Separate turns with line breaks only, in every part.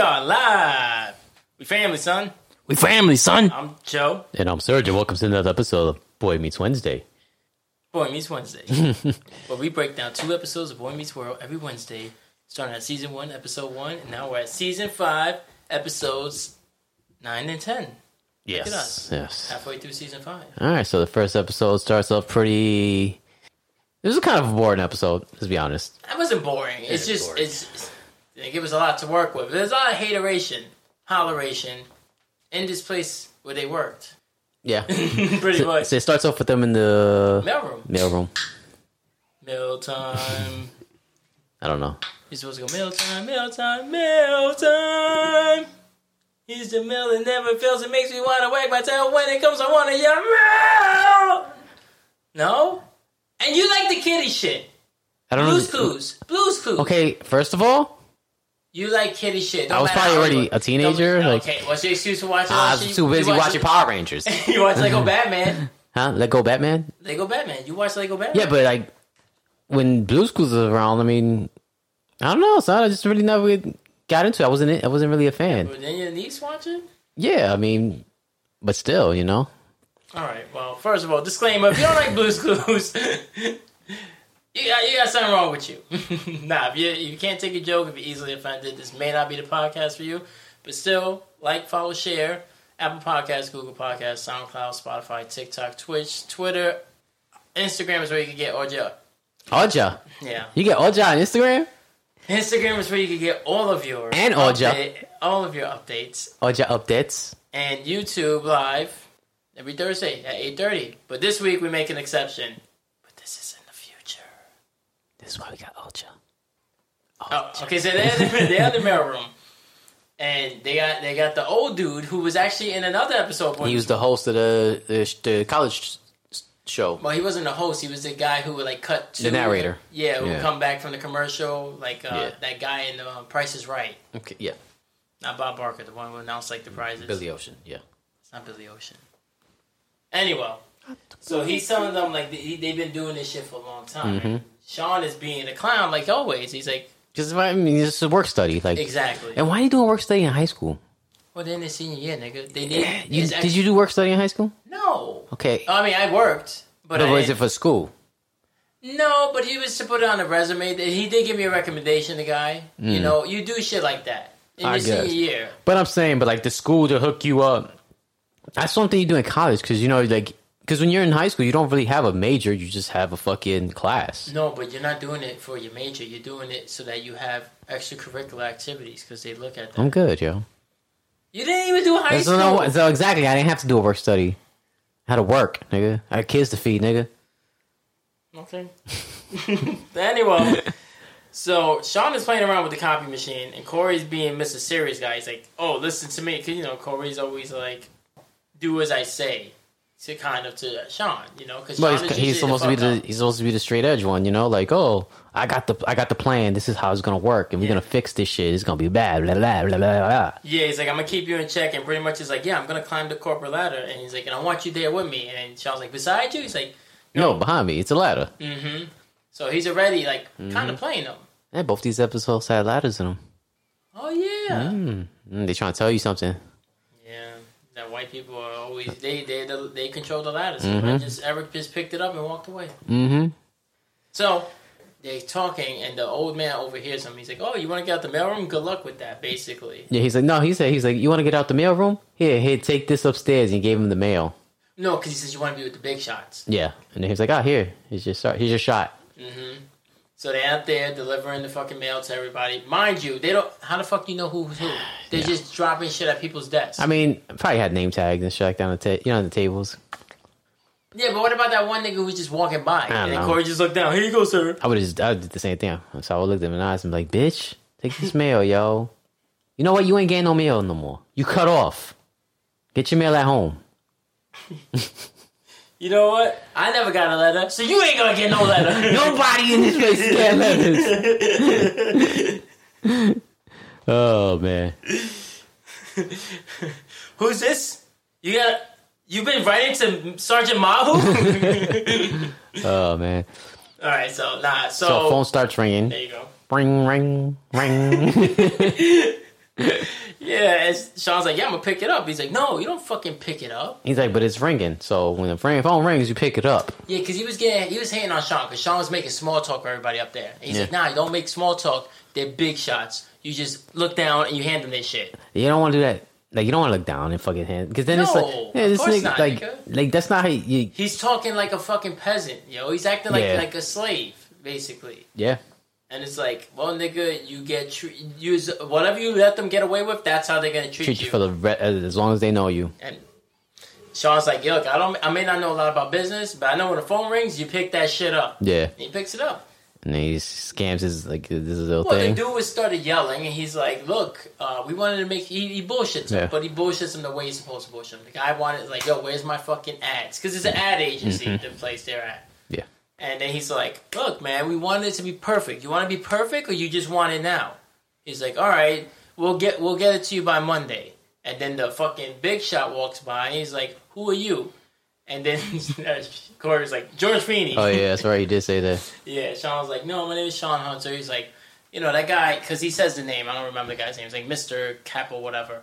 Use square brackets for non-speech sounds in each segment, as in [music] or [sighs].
are live. We family, son.
We family, son.
I'm Joe.
And I'm Serge, and welcome to another episode of Boy Meets Wednesday.
Boy Meets
[laughs]
Wednesday, where we break down two episodes of Boy Meets World every Wednesday, starting at season one, episode one, and now we're at season five, episodes nine and ten. at
Yes.
us.
Yes.
Halfway through season five.
All right, so the first episode starts off pretty. This is kind of a boring episode, let's be honest.
That wasn't boring. It's
it's
just
boring.
it's they give us a lot to work with. There's a lot of hateration, holleration, in this place where they
[laughs]
worked.
Yeah.
[laughs] Pretty
so,
much.
so it starts off with them in the
Mailroom.
mailroom.
Mail time.
I don't know.
You're supposed to go mail time, mail time, mail time. He's the mail that never fails. It makes me want to wag my tail. When it comes, I want to yell mail. No, and you like the kitty shit.
I don't
Blues
know.
Clues, Blues Clues.
Okay, first of all,
you like kitty shit. No
I was
matter
probably
how
already
you look.
a teenager,
No-
like- Ah,
okay, what's your excuse for watching?
I
You-
was too busy
[laughs] you watch-
watching Power Rangers.
you watch
[laughs]
Lego Batman.
huh? Let go, Batman?
Lego Batman. You watch Lego Batman.
Yeah, but like when Blues Clues was around, I mean, I don't know, son. I just really never got into it. I wasn't. in- I wasn't really a fan.
But then your niece watching.
Yeah, I mean, but still, you know.
All right. Well, first of all, disclaimer: if you don't like Blue's [laughs] Clues, you got you got something wrong with you. nah, if you [laughs] you can't take a joke, if you're easily offended, this may not be the podcast for you. But still, like, follow, share. Apple Podcasts, Google Podcasts, SoundCloud, Spotify, TikTok, Twitch, Twitter, Instagram is where you can get audio.
Oja,
Yeah,
you get Oja on Instagram.
Instagram is where you can get all of your
And audio.
update- all of your updates,
Oja updates.
and YouTube live every Thursday at eight thirty. But this week we make an exception. But this is in the future.
This is why we got Oja.
Oh, okay. So they're, they're in the mailroom, and they got they got the old dude who was actually in another episode.
He was the host of the the, the college s- show.
well, he wasn't a host. He was the guy who would like cut to
The narrator.
Yeah, who
Yeah.
would come back from the commercial, like uh,
Yeah.
that guy in the um, Price is Right.
Okay, yeah,
Not Bob Barker, the one who announced like the prizes.
Billy Ocean. Yeah,
It's not Billy Ocean. Anyway, so he's telling them like they, they've been doing this shit for a long time.
Mm-hmm.
Sean is being a clown like always. He's like
because I mean, this is a work study. Like,
exactly.
and why are you doing work study in high school?
well, then the senior year, nigga. They did.
You,
it's Oh,
did you do work study in high school?
act- No.
Okay,
I mean, I worked, but
but
I
was it
didn't-
for school?
no. But he was to put it on a resume. That he did give me a recommendation. The guy, you know, you do shit like that in
Hmm. I
your senior
guess.
year.
But I'm saying, but like the school to hook you up. That's something you do in college because you know, like, because when you're in high school, you don't really have a major; you just have a fucking class.
No, but you're not doing it for your major. You're doing it so that you have extracurricular activities because they look at that.
I'm good, yo.
You didn't even do high
So,
school.
no, so exactly, I didn't have to do a work study. I had to work, nigga. I had kids to feed, nigga.
Okay. [laughs] anyway, so Sean is playing around with the copy machine, and Corey's being Mr. Serious guy. He's like, "Oh, listen to me," because you know Corey's always like, "Do as I say," to kind of to Sean, you know, because
But he's, he's supposed to be the he's supposed to be the straight edge one, you know. Like, oh, I got the I got the plan. This is how it's gonna work, and we're
Yeah.
gonna fix this shit. It's gonna be bad. Blah, blah, blah, blah, blah.
yeah. He's like, "I'm gonna keep you in check," and pretty much he's like, "Yeah, I'm gonna climb the corporate ladder," and he's like, "And I want you there with me," and then Sean's like, "Beside you," he's like,
No, behind me, it's a ladder.
"Mm-hmm." So he's already like
Mm-hmm.
kind of playing him.
Yeah, both these episodes had ladders in them.
Oh yeah.
Mm, mm, they trying to tell you something.
Yeah, that white people are always they they they control the ladder. So I just Eric just picked it up and walked away.
Mm-hmm.
So they talking, and the old man overhears him. He's like, "Oh, you want to get out the mailroom? Good luck with that." Basically,
Yeah, he's like, no, he said, he's like, you want to get out the mail room? Here, here, take this upstairs. And he gave him the mail.
no, because he says you want to be with the big shots.
Yeah, and then he's like, ah, here, here's your start, here's your shot.
hmm So they're out there delivering the fucking mail to everybody. Mind you, they don't. How the fuck you know who's who? They're just dropping shit at people's desks.
I mean, probably had name tags and shit like down the ta- you know, on the tables.
yeah, but what about that one nigga who's just walking by? And then
know.
Corey just looked down. Here you go, sir.
I would have just, I did the same thing. So I would look them in the eyes and be like, bitch, take this mail, yo. You know what? You ain't getting no mail no more. You cut off. Get your mail at home.
You know what? I never got a letter, so you ain't gonna get no letter.
Nobody in this place is getting letters. [laughs] oh man.
Who's this? You got you've been writing to Sergeant
[laughs]
Mahu?
Oh man.
All right, so nah, so,
So phone starts ringing.
there you go.
Ring, ring, ring.
yeah, and Sean's like, yeah, I'm gonna pick it up. He's like, no, you don't fucking pick it up.
He's like, but it's ringing. So when the ring- phone rings, you pick it up.
Yeah, because he was getting, he was hating on Sean because Sean was making small talk with everybody up there. And he's
Yeah.
like, nah, you don't make small talk. They're big shots. You just look down and you hand them their shit.
You don't want to do that. Like you don't want to look down and fucking hand because then it's like,
No,
yeah, this
of course
nigga,
not,
like,
nigga.
like that's not how you.
He's talking like a fucking peasant, yo. He's acting like
Yeah.
like a slave, basically.
Yeah,
And it's like, well, nigga, you get tre- use whatever you let them get away with. That's how they're gonna treat,
treat you for the re- uh, as long as they know you.
And Sean's like, yo, look, I don't, I may not know a lot about business, but I know when the phone rings, you pick that shit up.
Yeah,
And he picks it up.
and then he scams his like this little
Well,
thing.
the dude was started yelling, and he's like, "Look, uh, we wanted to make he, he bullshits him,
Yeah.
but he bullshits him the way he's supposed to bullshit him. The guy wanted like, yo, where's my fucking ads? Because it's an ad agency, the place they're at.
Mm-hmm. Yeah.
And then he's like, "Look, man, we wanted it to be perfect. You want to be perfect, or you just want it now?" He's like, "All right, we'll get we'll get it to you by Monday." And then the fucking big shot walks by, and he's like, "Who are you?" And then [laughs] Corey's like, "George Feeney."
Oh yeah, that's right. He did say that.
Yeah, Sean was like, no, my name is Sean Hunter. He's like, you know, that guy, because he says the name. I don't remember the guy's name. He's like Mr. Cap or whatever.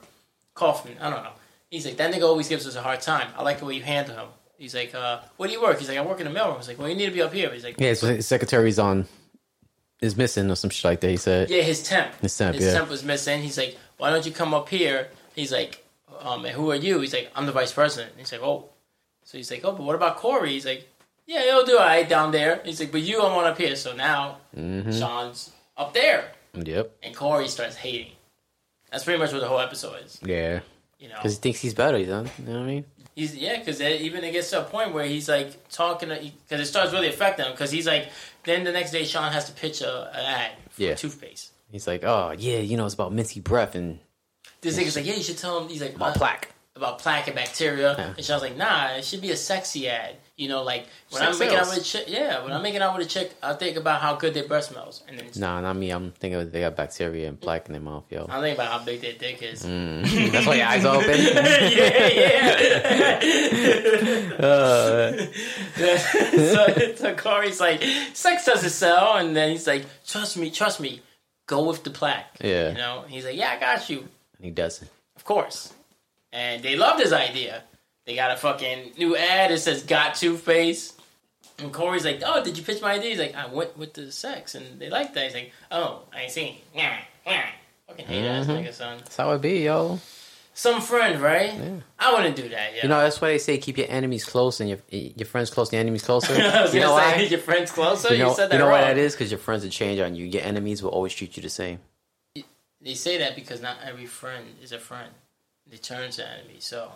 Kaufman. I don't know. He's like, that nigga always gives us a hard time. I like the way you handle him. He's like, uh, where do you work? He's like, I work in the mailroom. He's like, well, you need to be up here. He's like,
Yeah, his, his secretary's on is missing or some shit like that. He said.
yeah, his temp.
His temp, yeah.
was missing. He's like, why don't you come up here? He's like, um, and who are you? He's like, I'm the vice president. He's like, oh. So he's like, oh, but what about Corey? He's like, yeah, he'll do all right down there. He's like, but you, I'm on up here. So now
Mm-hmm.
Sean's up there.
Yep.
and Corey starts hating. That's pretty much what the whole episode is.
Yeah.
You know,
Because he thinks he's better. You know, you know what I mean?
he's yeah, because even it gets to a point where he's like talking because it starts really affecting him. Because he's like, then the next day Sean has to pitch a, an ad for
Yeah.
toothpaste.
He's like, oh yeah, you know, it's about minty breath and
This nigga's like, yeah, you should tell him. He's like,
about
uh,
plaque.
about plaque and bacteria.
Yeah.
And Sean's like, nah, it should be a sexy ad. You know, like when
Sex
I'm making out
sells.
with a chick, yeah, when I'm making out with a chick, I think about how good their breath smells, and then
Nah, not me. I'm thinking they got bacteria and plaque in their mouth, yo.
I think about how big their dick is.
Mm. [laughs] That's why your eyes are open.
[laughs] yeah, yeah.
[laughs] Uh,
[laughs] so, so Corey's like, sex doesn't sell, and then he's like, trust me, trust me, go with the plaque.
Yeah.
You know, he's like, yeah, I got you,
he doesn't.
of course. And they love this idea. They got a fucking new ad that says "Got Toothpaste," and Corey's like, oh, did you pitch my idea? He's like, I went with the sex, and they like that. He's like, oh, I ain't seen. it. Nah, nah. Fucking hate ass
Mhm.
nigga, son.
That's how it be, yo.
Some friend, right?
Yeah.
I wouldn't do that. Yeah.
You know, that's why they say keep your enemies close and your your friends close, the enemies [laughs]
[laughs]
closer.
I was
you know
gonna say
why?
[laughs] your friends closer.
You
You,
know,
said that
you know
wrong.
why that is? Because your friends will change on you. Your enemies will always treat you the same.
They say that because not every friend is a friend. They turn to enemy. So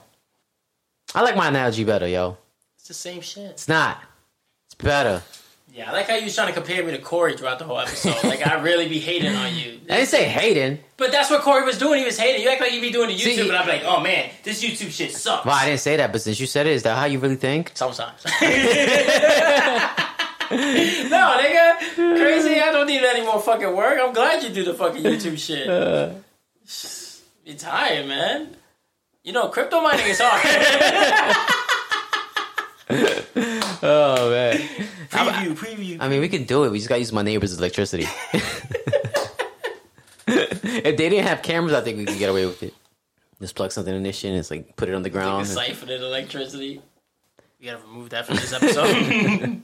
I like my analogy better, yo.
it's the same shit.
It's not. It's better.
Yeah, I like how you was trying to compare me to Corey throughout the whole episode. like I really be hating on [laughs] you.
I didn't say hating.
But that's what Corey was doing. He was hating. You act like you be doing the
See,
YouTube, and I'm like, oh man, this YouTube shit sucks.
Well, I didn't say that, but since you said it, is that how you really think?
Sometimes. [laughs] no, nigga, crazy. I don't need any more fucking work. I'm glad you do the fucking YouTube [laughs] shit. You tired, man. You know, crypto mining is hard.
Oh man.
[laughs] preview, preview.
[laughs] I mean, we can do it. We just gotta use my neighbor's electricity. [laughs] if they didn't have cameras, I think we could get away with it. Just plug something in this shit and it's like put it on the
Like
ground.
a siphon and electricity. We gotta remove that from this episode.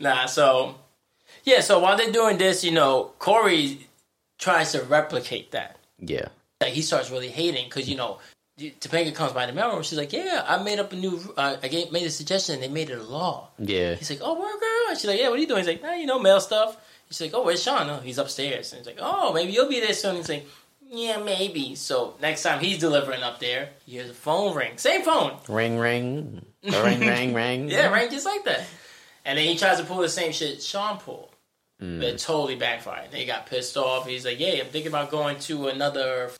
nah, so yeah, so while they're doing this, you know, Corey tries to replicate that.
yeah.
Like he starts really hating because you know, Topanga comes by the mailroom. She's like, "Yeah, I made up a new. Uh, I gave, made a suggestion. and They made it a law."
Yeah.
He's like, "Oh, word, girl." And she's like, "Yeah, what are you doing?" He's like, "Nah, you know, mail stuff." She's like, "Oh, where's Sean?" Oh, he's upstairs. And he's like, "Oh, maybe you'll be there soon." He's like, "Yeah, maybe." So next time he's delivering up there, you hear the phone ring. Same phone.
Ring ring. Ring ring [laughs] ring.
Yeah, right, just like that. And then he tries to pull the same shit Sean pulled. But it totally backfired. They got pissed off. He's like, "Yeah, I'm thinking about going to another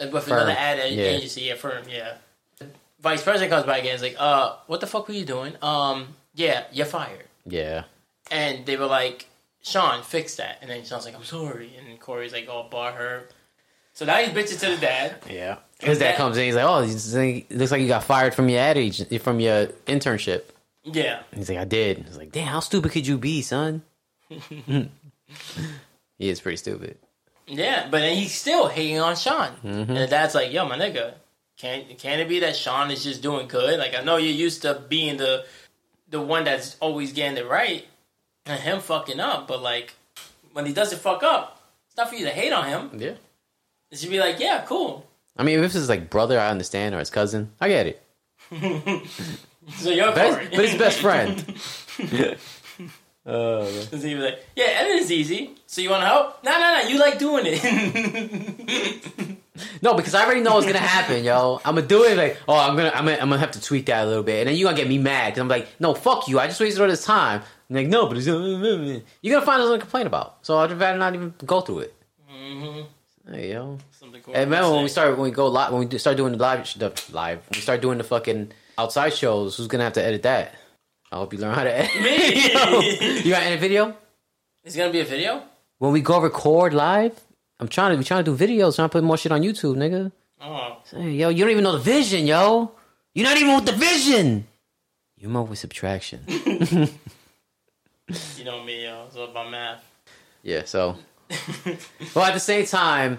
uh, with another ad a-
Yeah.
agency, yeah, firm, yeah." The vice president comes by again. He's like, "Uh, what the fuck were you doing? Um, yeah, you're fired."
Yeah.
And they were like, "Sean, fix that." And then Sean's like, "I'm sorry." And then Corey's like, "Oh, bar her." So now he's bitching to the dad.
Yeah. His dad comes in, he's like, "Oh, he's like, looks like you got fired from your ad agent, from your internship."
Yeah,
He's like, "I did." He's [laughs] like, "Damn, how stupid could you be, son?" he is pretty stupid.
Yeah, but then he's still hating on Sean.
Mm-hmm.
And the dad's like, yo, my nigga, can can it be that Sean is just doing good? Like I know you're used to being the the one that's always getting it right and him fucking up, but like when he doesn't fuck up, it's not for you to hate on him.
Yeah.
It should be like, yeah, cool. [laughs]
I mean, if this is like brother, I understand, or his cousin, I get it.
So you're
Best,
Corey.
but his best friend. [laughs] uh,
And so he was like, yeah, editing's easy. So you want to help? No, no, no. You like doing [laughs] it.
no, because I already know what's gonna happen, yo. I'm gonna do it like, oh, I'm gonna, I'm gonna, I'm gonna have to tweak that a little bit, and then you are gonna get me mad because I'm like, no, fuck you. I just wasted all this time. I'm like, no, but it's, you're gonna find something to complain about. So I'd rather not even go through it.
hmm
Hey, yo.
Something cool.
And remember when we
Say.
start when we go live when we do, start doing the live sh- the live when we start doing the fucking outside shows. Who's gonna have to edit that? I hope you learn how to edit.
Me.
[laughs] Yo, you got edit video
It's gonna be a video.
when we go record live. I'm trying to we trying to do videos. Trying to put more shit on YouTube, nigga.
Oh,
Hey, yo, you don't even know the vision, yo. You're not even with the vision. You're more with
[laughs]
subtraction.
you know me, yo. It's all about [laughs] math.
yeah. So, well, at the same time,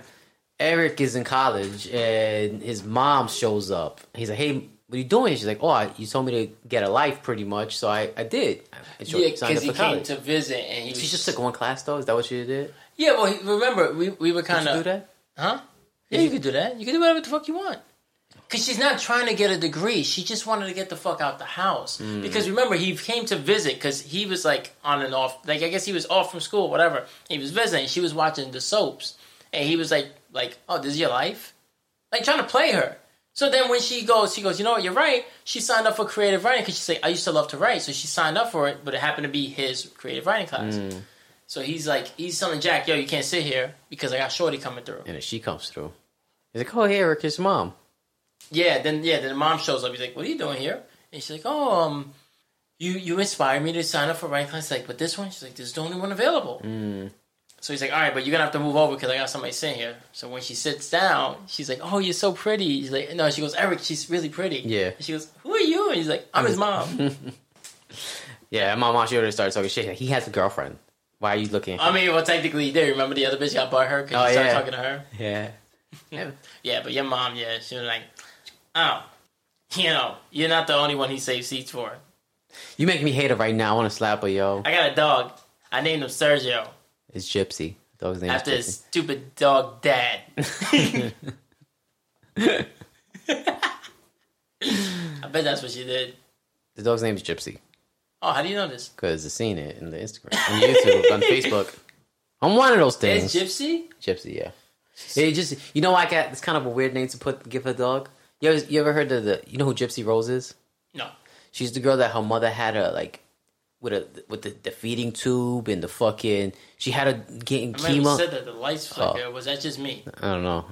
Eric is in college and his mom shows up. He's like, "Hey, what are you doing?" She's like, "Oh, I, you told me to get a life, pretty much. So I, I did. I- I jo-
yeah,
signed
because
up
he
for
came
college."
to visit, and he was
she just took one class though. Is that what she did?
Yeah, well, he, remember we we were
Did
kind
she do
of
that?
huh? Yeah, you could do that. You could do whatever the fuck you want. Cause she's not trying to get a degree. She just wanted to get the fuck out the house. Because remember, he came to visit because he was like on and off. Like I guess he was off from school, whatever. He was visiting. She was watching the soaps, and he was like, like, oh, this is your life, like trying to play her. So then when she goes, she goes, you know what? You're right. She signed up for creative writing because she's like, I used to love to write. So she signed up for it, but it happened to be his creative writing class. So he's like, he's telling Jack, yo, you can't sit here because I got Shorty coming through.
And then she comes through. He's like, "Oh, hey, Eric, it's mom."
Yeah, then yeah, then the mom shows up. He's like, "What are you doing here?" And she's like, "Oh, um, you you inspired me to sign up for writing class." Like, but this one, she's like, "This is the only one available."
Mm.
So he's like, "All right, but you're gonna have to move over because I got somebody sitting here." So when she sits down, she's like, "Oh, you're so pretty." She's like, "No," she goes, "Eric, she's really pretty."
Yeah.
And she goes, "Who are you?" And he's like, "I'm his mom."
[laughs] Yeah, my mom. She already started talking shit. Like, he has a girlfriend. Why are you looking?
I mean, well, technically, he did. Remember the other bitch got by her because
Oh,
he started
yeah.
talking to her.
yeah. yeah.
Yeah, but your mom, yeah, she was like, "Oh, you know, you're not the only one he saved seats for."
You make me hate her right now. I want to slap her, yo.
I got a dog. I named him Sergio.
It's Gypsy. The dog's name
after his
is
stupid dog
[laughs]
dad.
Gypsy.
I bet that's what she did.
the dog's name is Gypsy
Oh, how do you know this?
because I've seen it in the Instagram, on
[laughs]
YouTube, on Facebook. I'm one of those
It's
things.
Gypsy.
Gypsy, yeah. It just you know I got it's kind of a weird name to put give a dog. You ever, you ever heard of the you know who Gypsy Rose is?
No,
She's the girl that her mother had her like with a with the, the feeding tube and the fucking she had her getting
I remember you
chemo. Oh.
said that the lights flickered. Was that just me?
I don't know.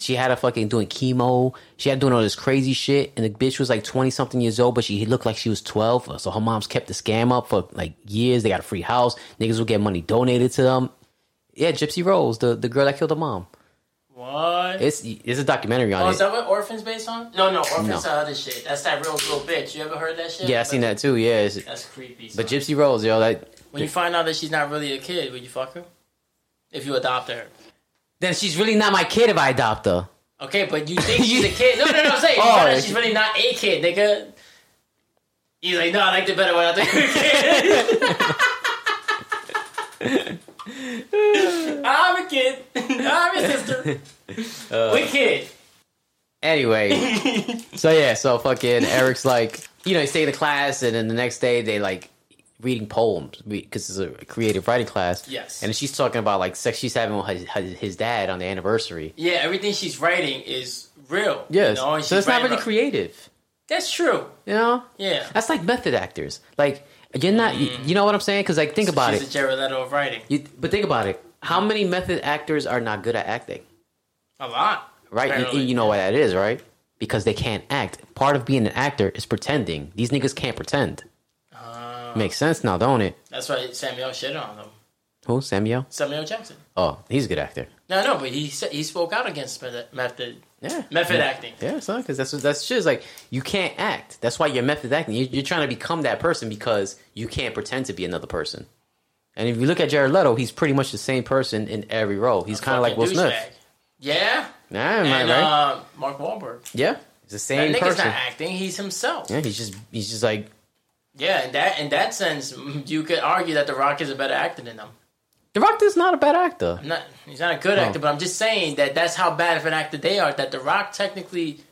She had her fucking doing chemo. She had doing all this crazy shit, and the bitch was like twenty something years old, but she looked like she was twelve. So her mom's kept the scam up for like years. They got a free house. Niggas will get money donated to them. Yeah, Gypsy Rose, the, the girl that killed her mom.
What?
It's it's a documentary on
Oh,
it.
is that what Orphan's based on? No, no,
No.
Orphan's the other shit. That's that real little bitch. You ever heard that shit?
yeah, I seen that too. Yeah, it's,
That's creepy. son.
but Gypsy Rose, yo, that
when you find out that she's not really a kid, would you fuck her? If you adopted her.
then she's really not my kid if I adopt her.
Okay, but
[laughs]
you think she's a kid? No, no, no. I'm saying you find out
Oh,
she's really not a kid, nigga. He's like, no, I liked it better when I think you were a kid. [laughs] I'm a kid. I'm your sister.
[laughs]
we kid. [laughs]
Anyway, so yeah, so fucking Eric's like, you know, he stayed in the class, and then the next day they like reading poems because it's a creative writing class.
Yes.
and she's talking about like sex she's having with his, his- his dad on the anniversary.
yeah, everything she's writing is real.
Yes,
you know, and
so
she's
it's not
writing
really
about-
creative,
That's true.
you know.
Yeah.
That's like method actors. Like you're not, you, you know what I'm saying? Because like think about
Mm-hmm. she's
it.
a Geraldetto of writing.
You, but think about it. How many method actors are not good at acting?
A lot.
Right? And-
apparently.
and you know what that is, right? Because they can't act. Part of being an actor is pretending. These niggas can't pretend.
Uh,
Makes sense now, don't it?
that's why Samuel shit on them.
Who? Samuel?
Samuel Jackson.
Oh, he's a good actor.
No, no, but he said he spoke out against method. method.
Yeah.
Method
yeah.
acting.
Yeah, son, because that's what that's shit. It's like you can't act. That's why you're method acting. You, you're trying to become that person because you can't pretend to be another person. And if you look at Jared Leto, he's pretty much the same person in every role. He's kind of like Will
Fucking
Smith.
douchebag. Yeah.
Nah, am I
and
right?
uh, Mark Wahlberg.
yeah, it's the
That
same
nigga's
person.
not acting. He's himself.
yeah, he's just he's just like
Yeah, in that in that sense, you could argue that The Rock is a better actor than him.
The Rock is not a bad actor.
I'm not, he's not a good
No.
actor, but I'm just saying that that's how bad of an actor they are. That The Rock technically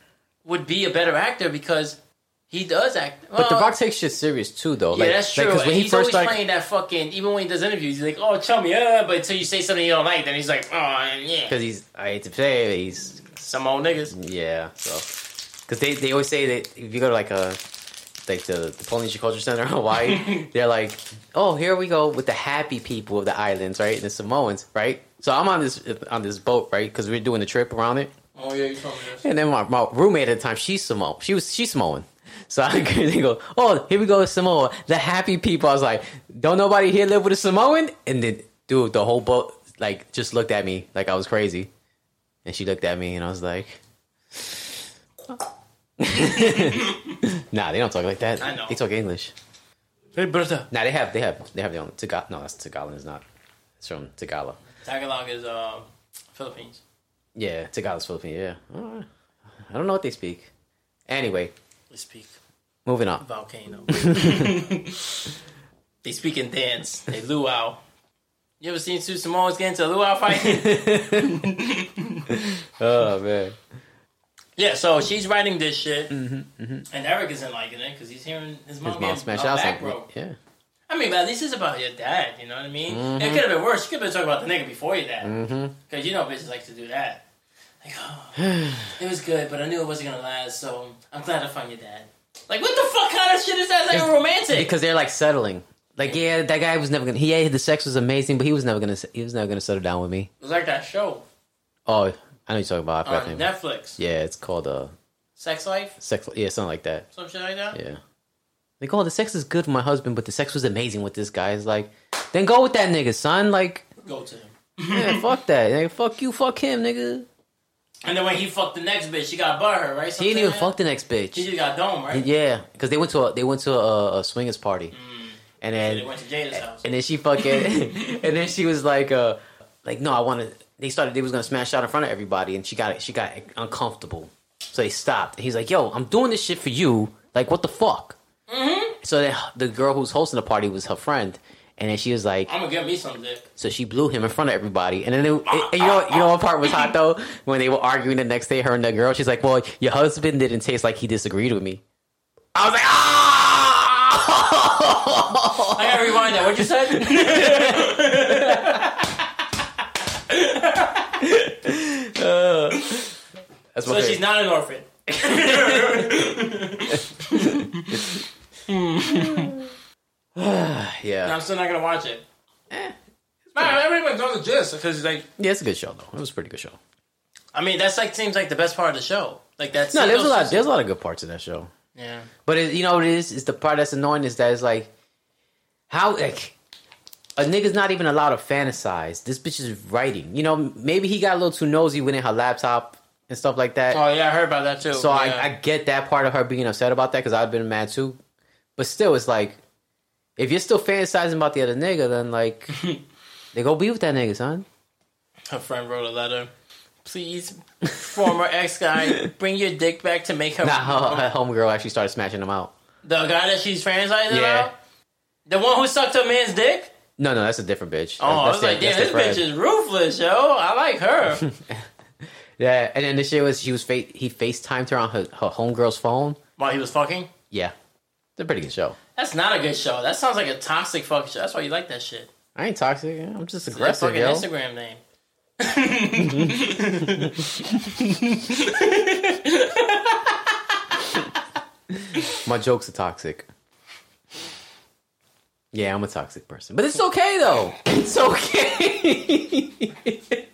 would be a better actor because he does act.
But The
well,
Rock takes shit serious too, though.
Um, Yeah,
Like-
that's
like,
true.
'cause when he
he's always
first started,
playing that fucking. Even when he does interviews, he's like, "Oh, tell me," uh, but until you say something you don't like, then he's like, "Oh, yeah,
because he's I hate to say it, he's
some old niggas."
yeah. So because they, they always say that if you go to like a like the, the Polynesian Culture Center
[laughs]
in Hawaii, they're like, oh, here we go with the happy people of the islands, right? And the Samoans, right? So I'm on this on this boat, right? Because we're doing a trip around it.
Oh yeah, you told me this.
And then my, my roommate at the time, she's Samoan. She was she's Samoan. So I [laughs] they go, oh, here we go with Samoa, the happy people. I was like, don't nobody here live with a Samoan? And then, dude, the whole boat like just looked at me like I was crazy, and she looked at me and I was like, [laughs] nah, they don't talk like that.
I know.
They talk English.
Hey, brother.
Nah, they have they have they have their own Tagalog. No, that's Tagalog is not. It's from Tagalog.
Tagalog is uh, Philippines.
Yeah, Tagalog's Filipino. Yeah, Alright. I don't know what they speak. Anyway,
They speak
moving on. [laughs]
volcano. they speak and dance. They luau. You ever seen two Samoans get into a luau fight?
[laughs] Oh man.
yeah, so she's writing this shit, and Eric isn't liking it because he's hearing his mom,
Mm-hmm, His mom
get
smashed
a
out
back
like,
broke.
yeah.
I mean, but at least it's about your dad. You know what I mean?
Mm-hmm.
It could have been worse. You could have been talking about the nigga before your dad, because you know bitches like to do that. Like, oh,
Mm-hmm.
it was good, but I knew it wasn't gonna last, so I'm glad I found your dad. Like, what the fuck kind of shit is that? It's like a romantic.
Because they're like settling. Like, yeah, that guy was never gonna. He, yeah, the sex was amazing, but he was never gonna. He was never gonna settle down with me.
It was like that show
Oh, I know you're talking about. I forgot
on
the name.
Netflix,
Yeah, it's called uh,
Sex Life,
sex. Yeah, something like that.
some shit like that.
Yeah. Like, oh, the sex is good for my husband, but the sex was amazing with this guy. It's like, then go with that nigga, son. Like,
Go to him.
yeah, fuck that. Like, fuck you, fuck him, nigga.
And then when he fucked the next bitch, she got butt her right.
He didn't
Something
even
like
fuck the next
that? She
bitch.
just got dome right.
Yeah, because they went to a they went to a, a swingers party, and then
Mm. They went to Jada's house.
And then
[laughs]
she fucking, [laughs] and then she was like, uh, like no, I want to. They started. They was gonna smash out in front of everybody, and she got she got uncomfortable. So they stopped. He's like, yo, I'm doing this shit for you. Like, what the fuck? Mm-hmm. So then the girl who's hosting the party was her friend, and then she was like,
I'm gonna give me some
[laughs]
dick.
so she blew him in front of everybody, and then it, it- you know you know what part was hot though when they were arguing the next day, her and the girl. She's like, well, your husband didn't taste like he disagreed with me. I was like, ah. [laughs]
I gotta rewind that. What you said?
That's
[laughs] so
what
she's not an orphan.
yeah.
And I'm still not gonna watch it.
Eh.
Man, everybody knows the gist because like
Yeah, it's a good show though. It was a pretty good show.
I mean that's like seems like the best part of the show. Like that's
No, there's a lot. There's a lot of good parts in that show.
Yeah,
But it, you know what it is? It's the part that's annoying is that it's like how like a nigga's not even allowed to fantasize. This bitch is writing. You know, maybe he got a little too nosy within her laptop and stuff like that.
oh yeah, I heard about that too.
so
Yeah.
I, I get that part of her being upset about that because I've been mad too. But still, it's like if you're still fantasizing about the other nigga,
[laughs]
then like they go be with that nigga, son.
her friend wrote a
[laughs]
letter. Please, former ex guy, bring your dick back to make her.
Nah, [laughs] her, her homegirl actually started smashing him out.
The guy that she's fantasizing
Yeah.
about? The one who sucked her man's dick?
No, no, that's a different bitch.
Oh, I
that's,
was like, damn, this
that's their
bitch
friend.
is ruthless, yo. I like
[laughs]
her.
Yeah, and then the shit was she was fa- he FaceTimed her on her, her homegirl's phone.
While he was fucking?
Yeah, it's a pretty good show.
That's not a good show. That sounds like a toxic fucking show. That's why you like that shit.
I ain't toxic. yeah, I'm just
That
aggressive,
fucking
yo.
Instagram name.
My jokes are toxic. Yeah, I'm a toxic person, but it's okay though. It's okay. [laughs]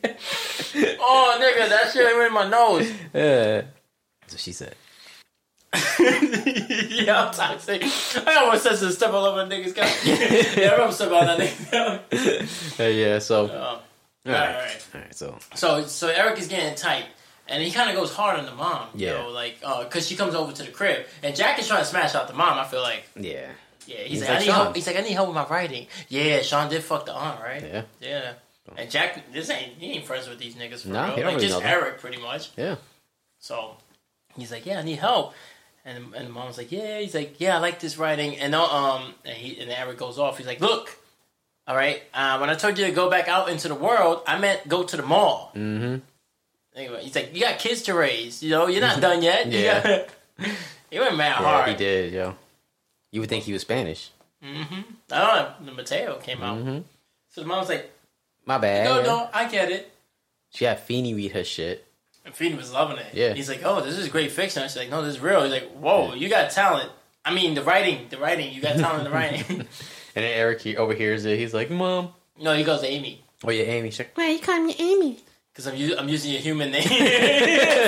Oh, nigga, that shit went in my
[laughs]
nose.
yeah. That's what she said.
yeah, I'm toxic. I almost said some stuff all over niggas'
[laughs]
guy. yeah, I rubbed stuff on that nigga.
Uh, yeah. So all
oh.
right,
all right.
all right. So
So so Eric is getting tight, and he kind of goes hard on the mom. uh, Yeah,
Yeah.
you know, like because she comes over to the crib, and Jack is trying to smash out the mom. I feel like
yeah,
Yeah, he's,
He's
like,
like,
I need
"Sean."
help. He's like, I need help with my writing. Yeah, Sean did fuck the aunt, right?
Yeah.
yeah. And Jack, this ain't he ain't friends with these niggas for real.
Nah,
Like
he don't really
just
know them.
Eric, pretty much.
Yeah.
So he's like, yeah, I need help. And and the mom's like, yeah. He's like, yeah, I like this writing. And uh, um, and he and Eric goes off. He's like, look, all right. Uh, when I told you to go back out into the world, I meant go to the mall.
Mm.
Mm-hmm. Anyway, he's like, you got kids to raise. You know, you're
[laughs]
not done yet. You
Yeah.
got- [laughs] he went mad
Yeah,
hard.
he did, yo. You would think he was Spanish.
Mm-hmm. I don't know. Mateo came out.
Mm-hmm.
So the mom's like,
My bad.
Oh. no,
yo.
no, I get it.
She had Feeny read her shit.
And Feeney was loving it.
Yeah.
He's like, oh, this is great fiction. I was like, no, this is real. He's like, whoa, you got talent. I mean, the writing, the writing, you got talent in the
[laughs]
writing. [laughs]
And then Eric he overhears it. He's like, Mom.
no, he goes to Amy.
Oh, yeah, Amy. She's like,
Why you calling me
[laughs]
Amy?
Because I'm, u- I'm using your human name.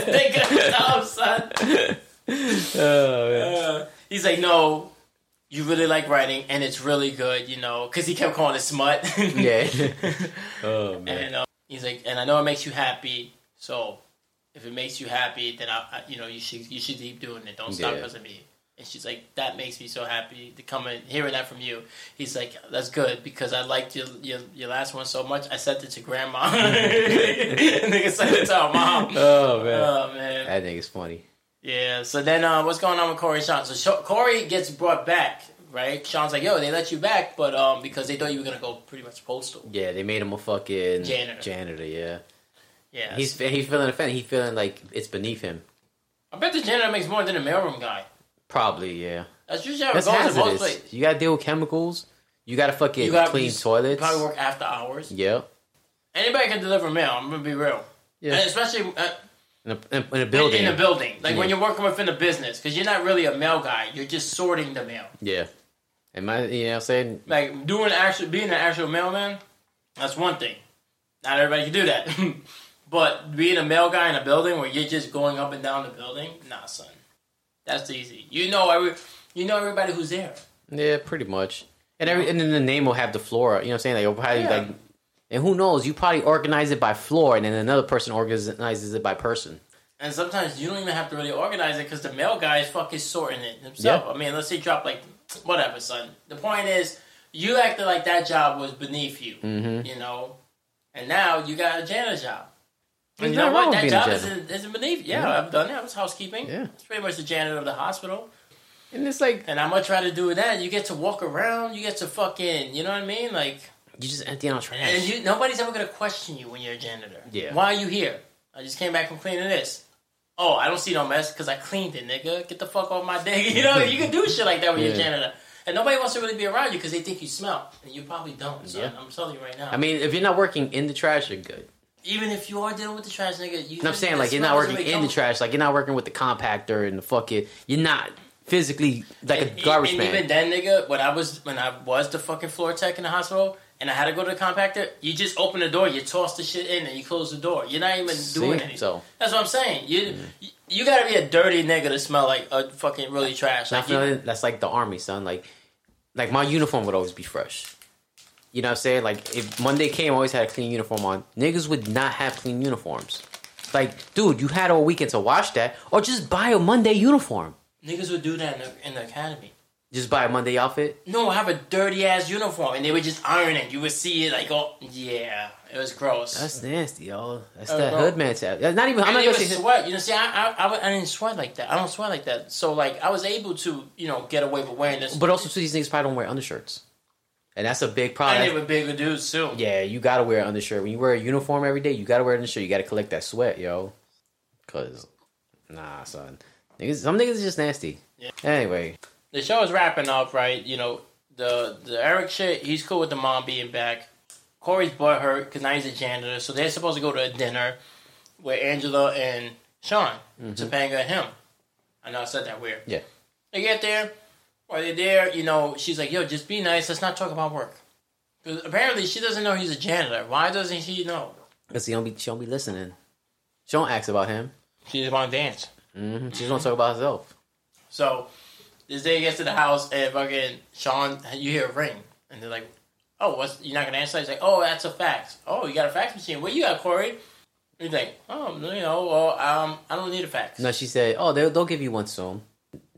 [laughs] Think [laughs] of yourself, son.
oh, yeah.
Uh, he's like, no, you really like writing, and it's really good, you know, because he kept calling it smut. [laughs]
Yeah. [laughs] oh, man.
And uh, he's like, and I know it makes you happy, so if it makes you happy, then I, I you know, you should you should keep doing it. Don't stop
Yeah.
because of me. And she's like, that makes me so happy to come and hearing that from you. He's like, that's good because I liked your your, your last one so much. I sent it to grandma. [laughs] Nigga sent it to her mom.
[laughs] Oh, man.
Oh man,
that nigga's funny.
yeah. So then, uh, what's going on with Corey and Sean? So Sha- Corey gets brought back, right? Sean's like, yo, they let you back, but um, because they thought you were gonna go pretty much postal.
Yeah, they made him a fucking
Janitor.
Janitor, yeah.
Yeah.
He's he's feeling offended. He's feeling like it's beneath him.
I bet the janitor makes more than the mailroom guy.
Probably, yeah.
That's usually how it
That's
goes in most
hazardous.
places.
You gotta deal with chemicals. You gotta fucking
You gotta-
clean
you
toilets.
Probably work after hours.
Yeah.
Anybody can deliver mail. I'm gonna be real,
Yeah.
and especially uh,
In a, in, in a
in-
building.
in a building, like when
Yeah.
you're working within a business, because you're not really a mail guy. You're just sorting the mail,
Yeah. Am I, you know what I'm saying?
like doing actual being an actual mailman. That's one thing. Not everybody can do that, [laughs] but being a mail guy in a building where you're just going up and down the building, nah, son, that's easy. You know every, you know everybody who's there.
Yeah, pretty much. And every and then the name will have the floor. You know what I'm saying? Like it'll probably
Yeah.
like and who knows, you probably organize it by floor and then another person organizes it by person.
And sometimes you don't even have to really organize it because the male guy is fucking sorting it himself.
Yeah.
I mean, let's say drop like whatever, son. The point is, you acted like that job was beneath you,
Mm-hmm.
you know, and now you got a janitor job. And
There's
you know
nothing
what?
wrong with
That
being a
job
janitor.
isn't, isn't beneath. Yeah,
Yeah.
I've done that. I was housekeeping.
Yeah.
it's pretty much the janitor of the hospital.
And it's like
And I much rather do that. You get to walk around. You get to fucking. You know what I mean? Like,
you just emptying out
and
trash.
you, nobody's ever gonna question you when you're a janitor.
Yeah.
Why are you here? I just came back from cleaning this. Oh, I don't see no mess because I cleaned it, nigga. Get the fuck off my dick. [laughs] You know, you can do shit like that when you're a
Yeah.
janitor. And nobody wants to really be around you because they think you smell. And you probably don't, son.
Yeah.
I'm telling you right now.
I mean, if you're not working in the trash, you're good.
Even if you are dealing with the trash, nigga, you.
And I'm saying
the
like you're not
smell
working
doesn't really
in the
come-
trash, like you're not working with the compactor and the fucking you're not physically like
And,
a garbage
and
man.
even then, nigga, when I was when I was the fucking floor tech in the hospital and I had to go to the compactor, you just open the door, you toss the shit in, and you close the door. You're not even
See?
doing anything.
So Mm-hmm.
That's what I'm saying. You you, you got to be a dirty nigga to smell like a fucking really trash.
I
Like
feel
you,
like that's like the army, son. Like, like my uniform would always be fresh. You know what I'm saying? Like, if Monday came, I always had a clean uniform on. Niggas would not have clean uniforms. Like, dude, you had all weekend to wash that, or just buy a Monday uniform.
niggas would do that in the, in the academy.
Just buy a Monday outfit.
No, I have a dirty ass uniform, and they would just iron it. You would see it like, oh yeah, it was gross.
That's nasty, y'all. That's
Uh,
that
bro.
hood man tab. That's Not even. I'm
and
not
they
gonna
would
say.
sweat. You know, see, I, I, I, would- I didn't sweat like that. I don't sweat like that. So like, I was able to, you know, get away with wearing this.
But also, too, these niggas probably don't wear undershirts, and Oh, that's a big
and
problem.
they were bigger dudes too.
Yeah, you gotta wear an undershirt. When you wear a uniform every day, you gotta wear an undershirt. You gotta collect that sweat, yo. Cause, nah, son. Niggas, some niggas is just nasty.
Yeah.
Anyway,
the show is wrapping up, right? You know, the the Eric shit, he's cool with the mom being back. Corey's butthurt because now he's a janitor, so they're supposed to go to a dinner with Angela and Sean,
Mm-hmm.
Topanga and him. I know I said that weird.
yeah.
They get there, while they're there, you know, she's like, yo, just be nice, let's not talk about work. 'Cause apparently she doesn't know he's a janitor. Why doesn't she know?
Cause he don't be, she don't be listening. She don't ask about him.
She just want to dance.
hmm She just want to talk about herself.
So this day gets to the house and fucking Sean, you hear a ring, and they're like, "Oh, what's you're not gonna answer?" He's like, "Oh, that's a fax. Oh, you got a fax machine? What you got, Corey?" He's like, "Oh, you know, well, um, I don't need a fax."
No, she said, "Oh, they'll they'll give you one soon."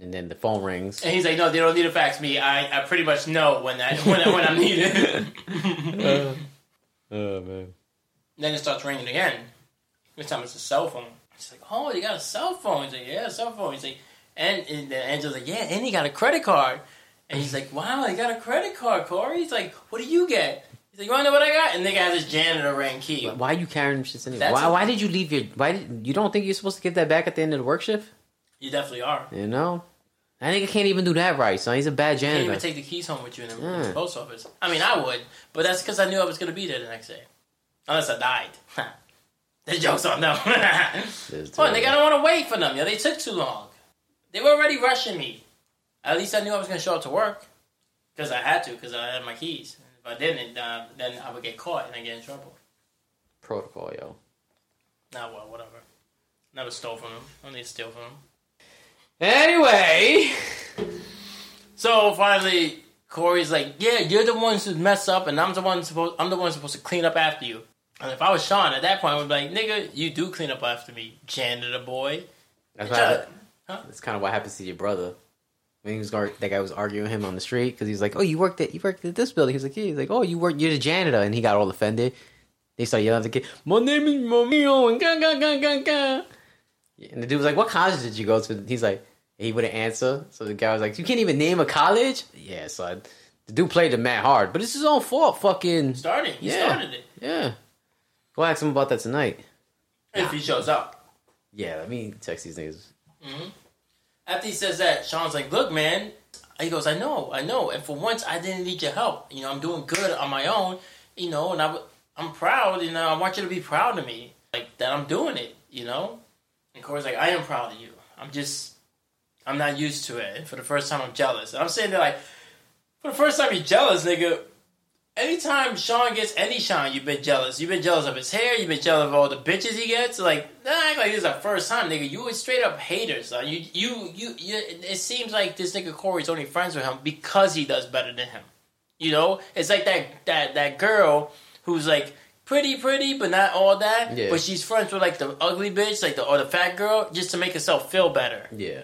And then the phone rings.
And he's like, no, they don't need to fax me. I, I pretty much know when that when, I- when I'm needed.
[laughs]
[laughs]
Oh man.
then it starts ringing again. This time it's a cell phone. She's like, oh, you got a cell phone? He's like, yeah, a cell phone. He's like, and, and then Angela's like, yeah, and he got a credit card. And he's like, wow, he got a credit card, Corey. He's like, what do you get? He's like, you want to know what I got? And the guy has his janitor ring key.
Why you carrying shit anyway?
That's
Why,
a-
why did you leave your? Why did, you don't think you're supposed to get that back at the end of the work shift?
You definitely are.
You know, that nigga can't even do that right, son. He's a bad
You can't
janitor.
even take the keys home with you in the, in the
Mm.
post office. I mean, I would, but that's because I knew I was going to be there the next day. Unless I died. [laughs] the joke's on them. [laughs]
This
Well,
dude.
nigga, I don't want to wait for them. Yo, they took too long. They were already rushing me. At least I knew I was going to show up to work because I had to because I had my keys. If I didn't, uh, then I would get caught and I get in trouble.
protocol, yo.
Nah, well, whatever. Never stole from them. I don't need to steal from them.
Anyway,
So finally, Corey's like, "Yeah, you're the ones who mess up, and I'm the one supposed I'm the one supposed to clean up after you." And if I was Sean at that point, I would be like, "Nigga, you do clean up after me, janitor boy."
that's,
Shut
what
up.
I- that's kind of what happens to your brother. When he was gar- that guy was arguing with him on the street because he was like, "Oh, you worked at you worked at this building." He was like, "Yeah." He's like, "Oh, you work. You're the janitor," and he got all offended. They started yelling at the kid, "My name is Romeo," and ga ga ga ga ga. And the dude was like, "What college did you go to?" He's like, he wouldn't answer. So the guy was like, "You can't even name a college." Yeah, son. The dude played it mad hard, but it's his own fault. Fucking
Starting, he
Yeah.
started it.
yeah. Go ask him about that tonight.
If he shows up.
Yeah, let me text these niggas.
After he says that, Sean's like, "Look, man." He goes, "I know, I know, and for once, I didn't need your help. You know, I'm doing good on my own. You know, and I, w- I'm proud. You know, I want you to be proud of me, like that I'm doing it. You know." And Corey's like, "I am proud of you. I'm just, I'm not used to it. And for the first time, I'm jealous." And I'm sitting there like, "For the first time, you're jealous, nigga." Anytime Sean gets any shine, you've been jealous. You've been jealous of his hair. You've been jealous of all the bitches he gets. Like, don't act like this is our first time, nigga. You were straight up haters. son. You, you, you, you. It seems like this nigga Corey's only friends with him because he does better than him. You know, it's like that that that girl who's like pretty, pretty, but not all that.
Yeah.
But she's friends with like the ugly bitch, like the or the fat girl, just to make herself feel better.
Yeah.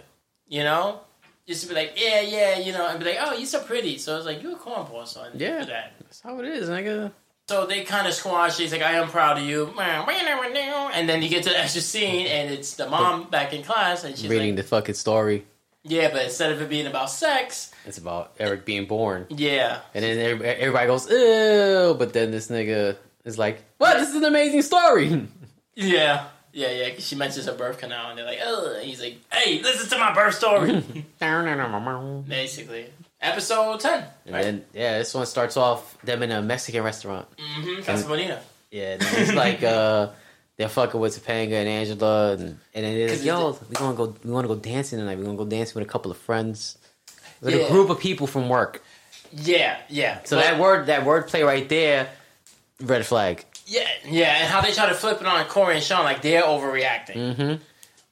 You know, just to be like, yeah, yeah, you know, and be like, oh, you're so pretty. So it's like you're a cornball, son.
Yeah.
For that.
That's how it is, nigga.
So they kind of squash. it. He's like, "I am proud of you," and then you get to the extra scene, and it's the mom back in class, and she's
Reading
like,
the fucking story.
"Yeah, but instead of it being about sex,
It's about Eric being born.
yeah,
And then every- everybody goes, ew. But then this nigga is like, what? This is an amazing story. [laughs]
yeah, yeah, yeah." 'cause She mentions her birth canal, and they're like, "Oh," and he's like, "Hey, listen to my birth story."
[laughs] and
Basically, episode ten, right?
then, yeah, this one starts off them in a Mexican restaurant.
Mm-hmm. Casa Bonita.
Yeah, [laughs] and then it's like, uh, they're fucking with Topanga and Angela. And, and then they're like,
'Cause
yo, we gonna go, we wanna go dancing tonight. We're gonna go dancing with a couple of friends. With
Yeah.
a group of people from work.
Yeah, yeah.
So
But-
that word, that word play right there, red flag.
yeah, yeah, and how they try to flip it on Corey and Sean, like they're overreacting.
Mm-hmm.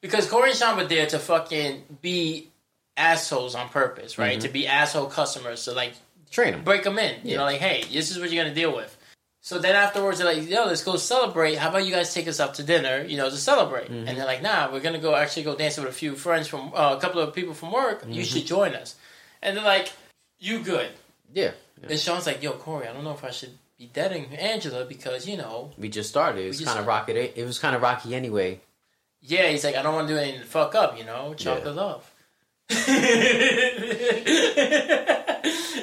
Because Corey and Sean were there to fucking be assholes on purpose, right? To be asshole customers, to like
Train them.
break them in. You
Mm-hmm. Yeah.
know, like, hey, this is what you're gonna deal with. So then afterwards, they're like, yo, let's go celebrate. How about you guys take us out to dinner, you know, to celebrate?
Mm-hmm.
And they're like, nah, we're gonna go actually go dancing with a few friends from uh, a couple of people from work.
Mm-hmm.
You should join us. And they're like, you good.
Yeah.
Then Sean's like, yo, Corey, I don't know if I should be dating Angela because, you know,
We just started. It was
just
kind of rocky. It was kind of rocky anyway.
Yeah, he's like, I don't want to do anything to fuck up, you know? Chocolate
Yeah.
love. [laughs]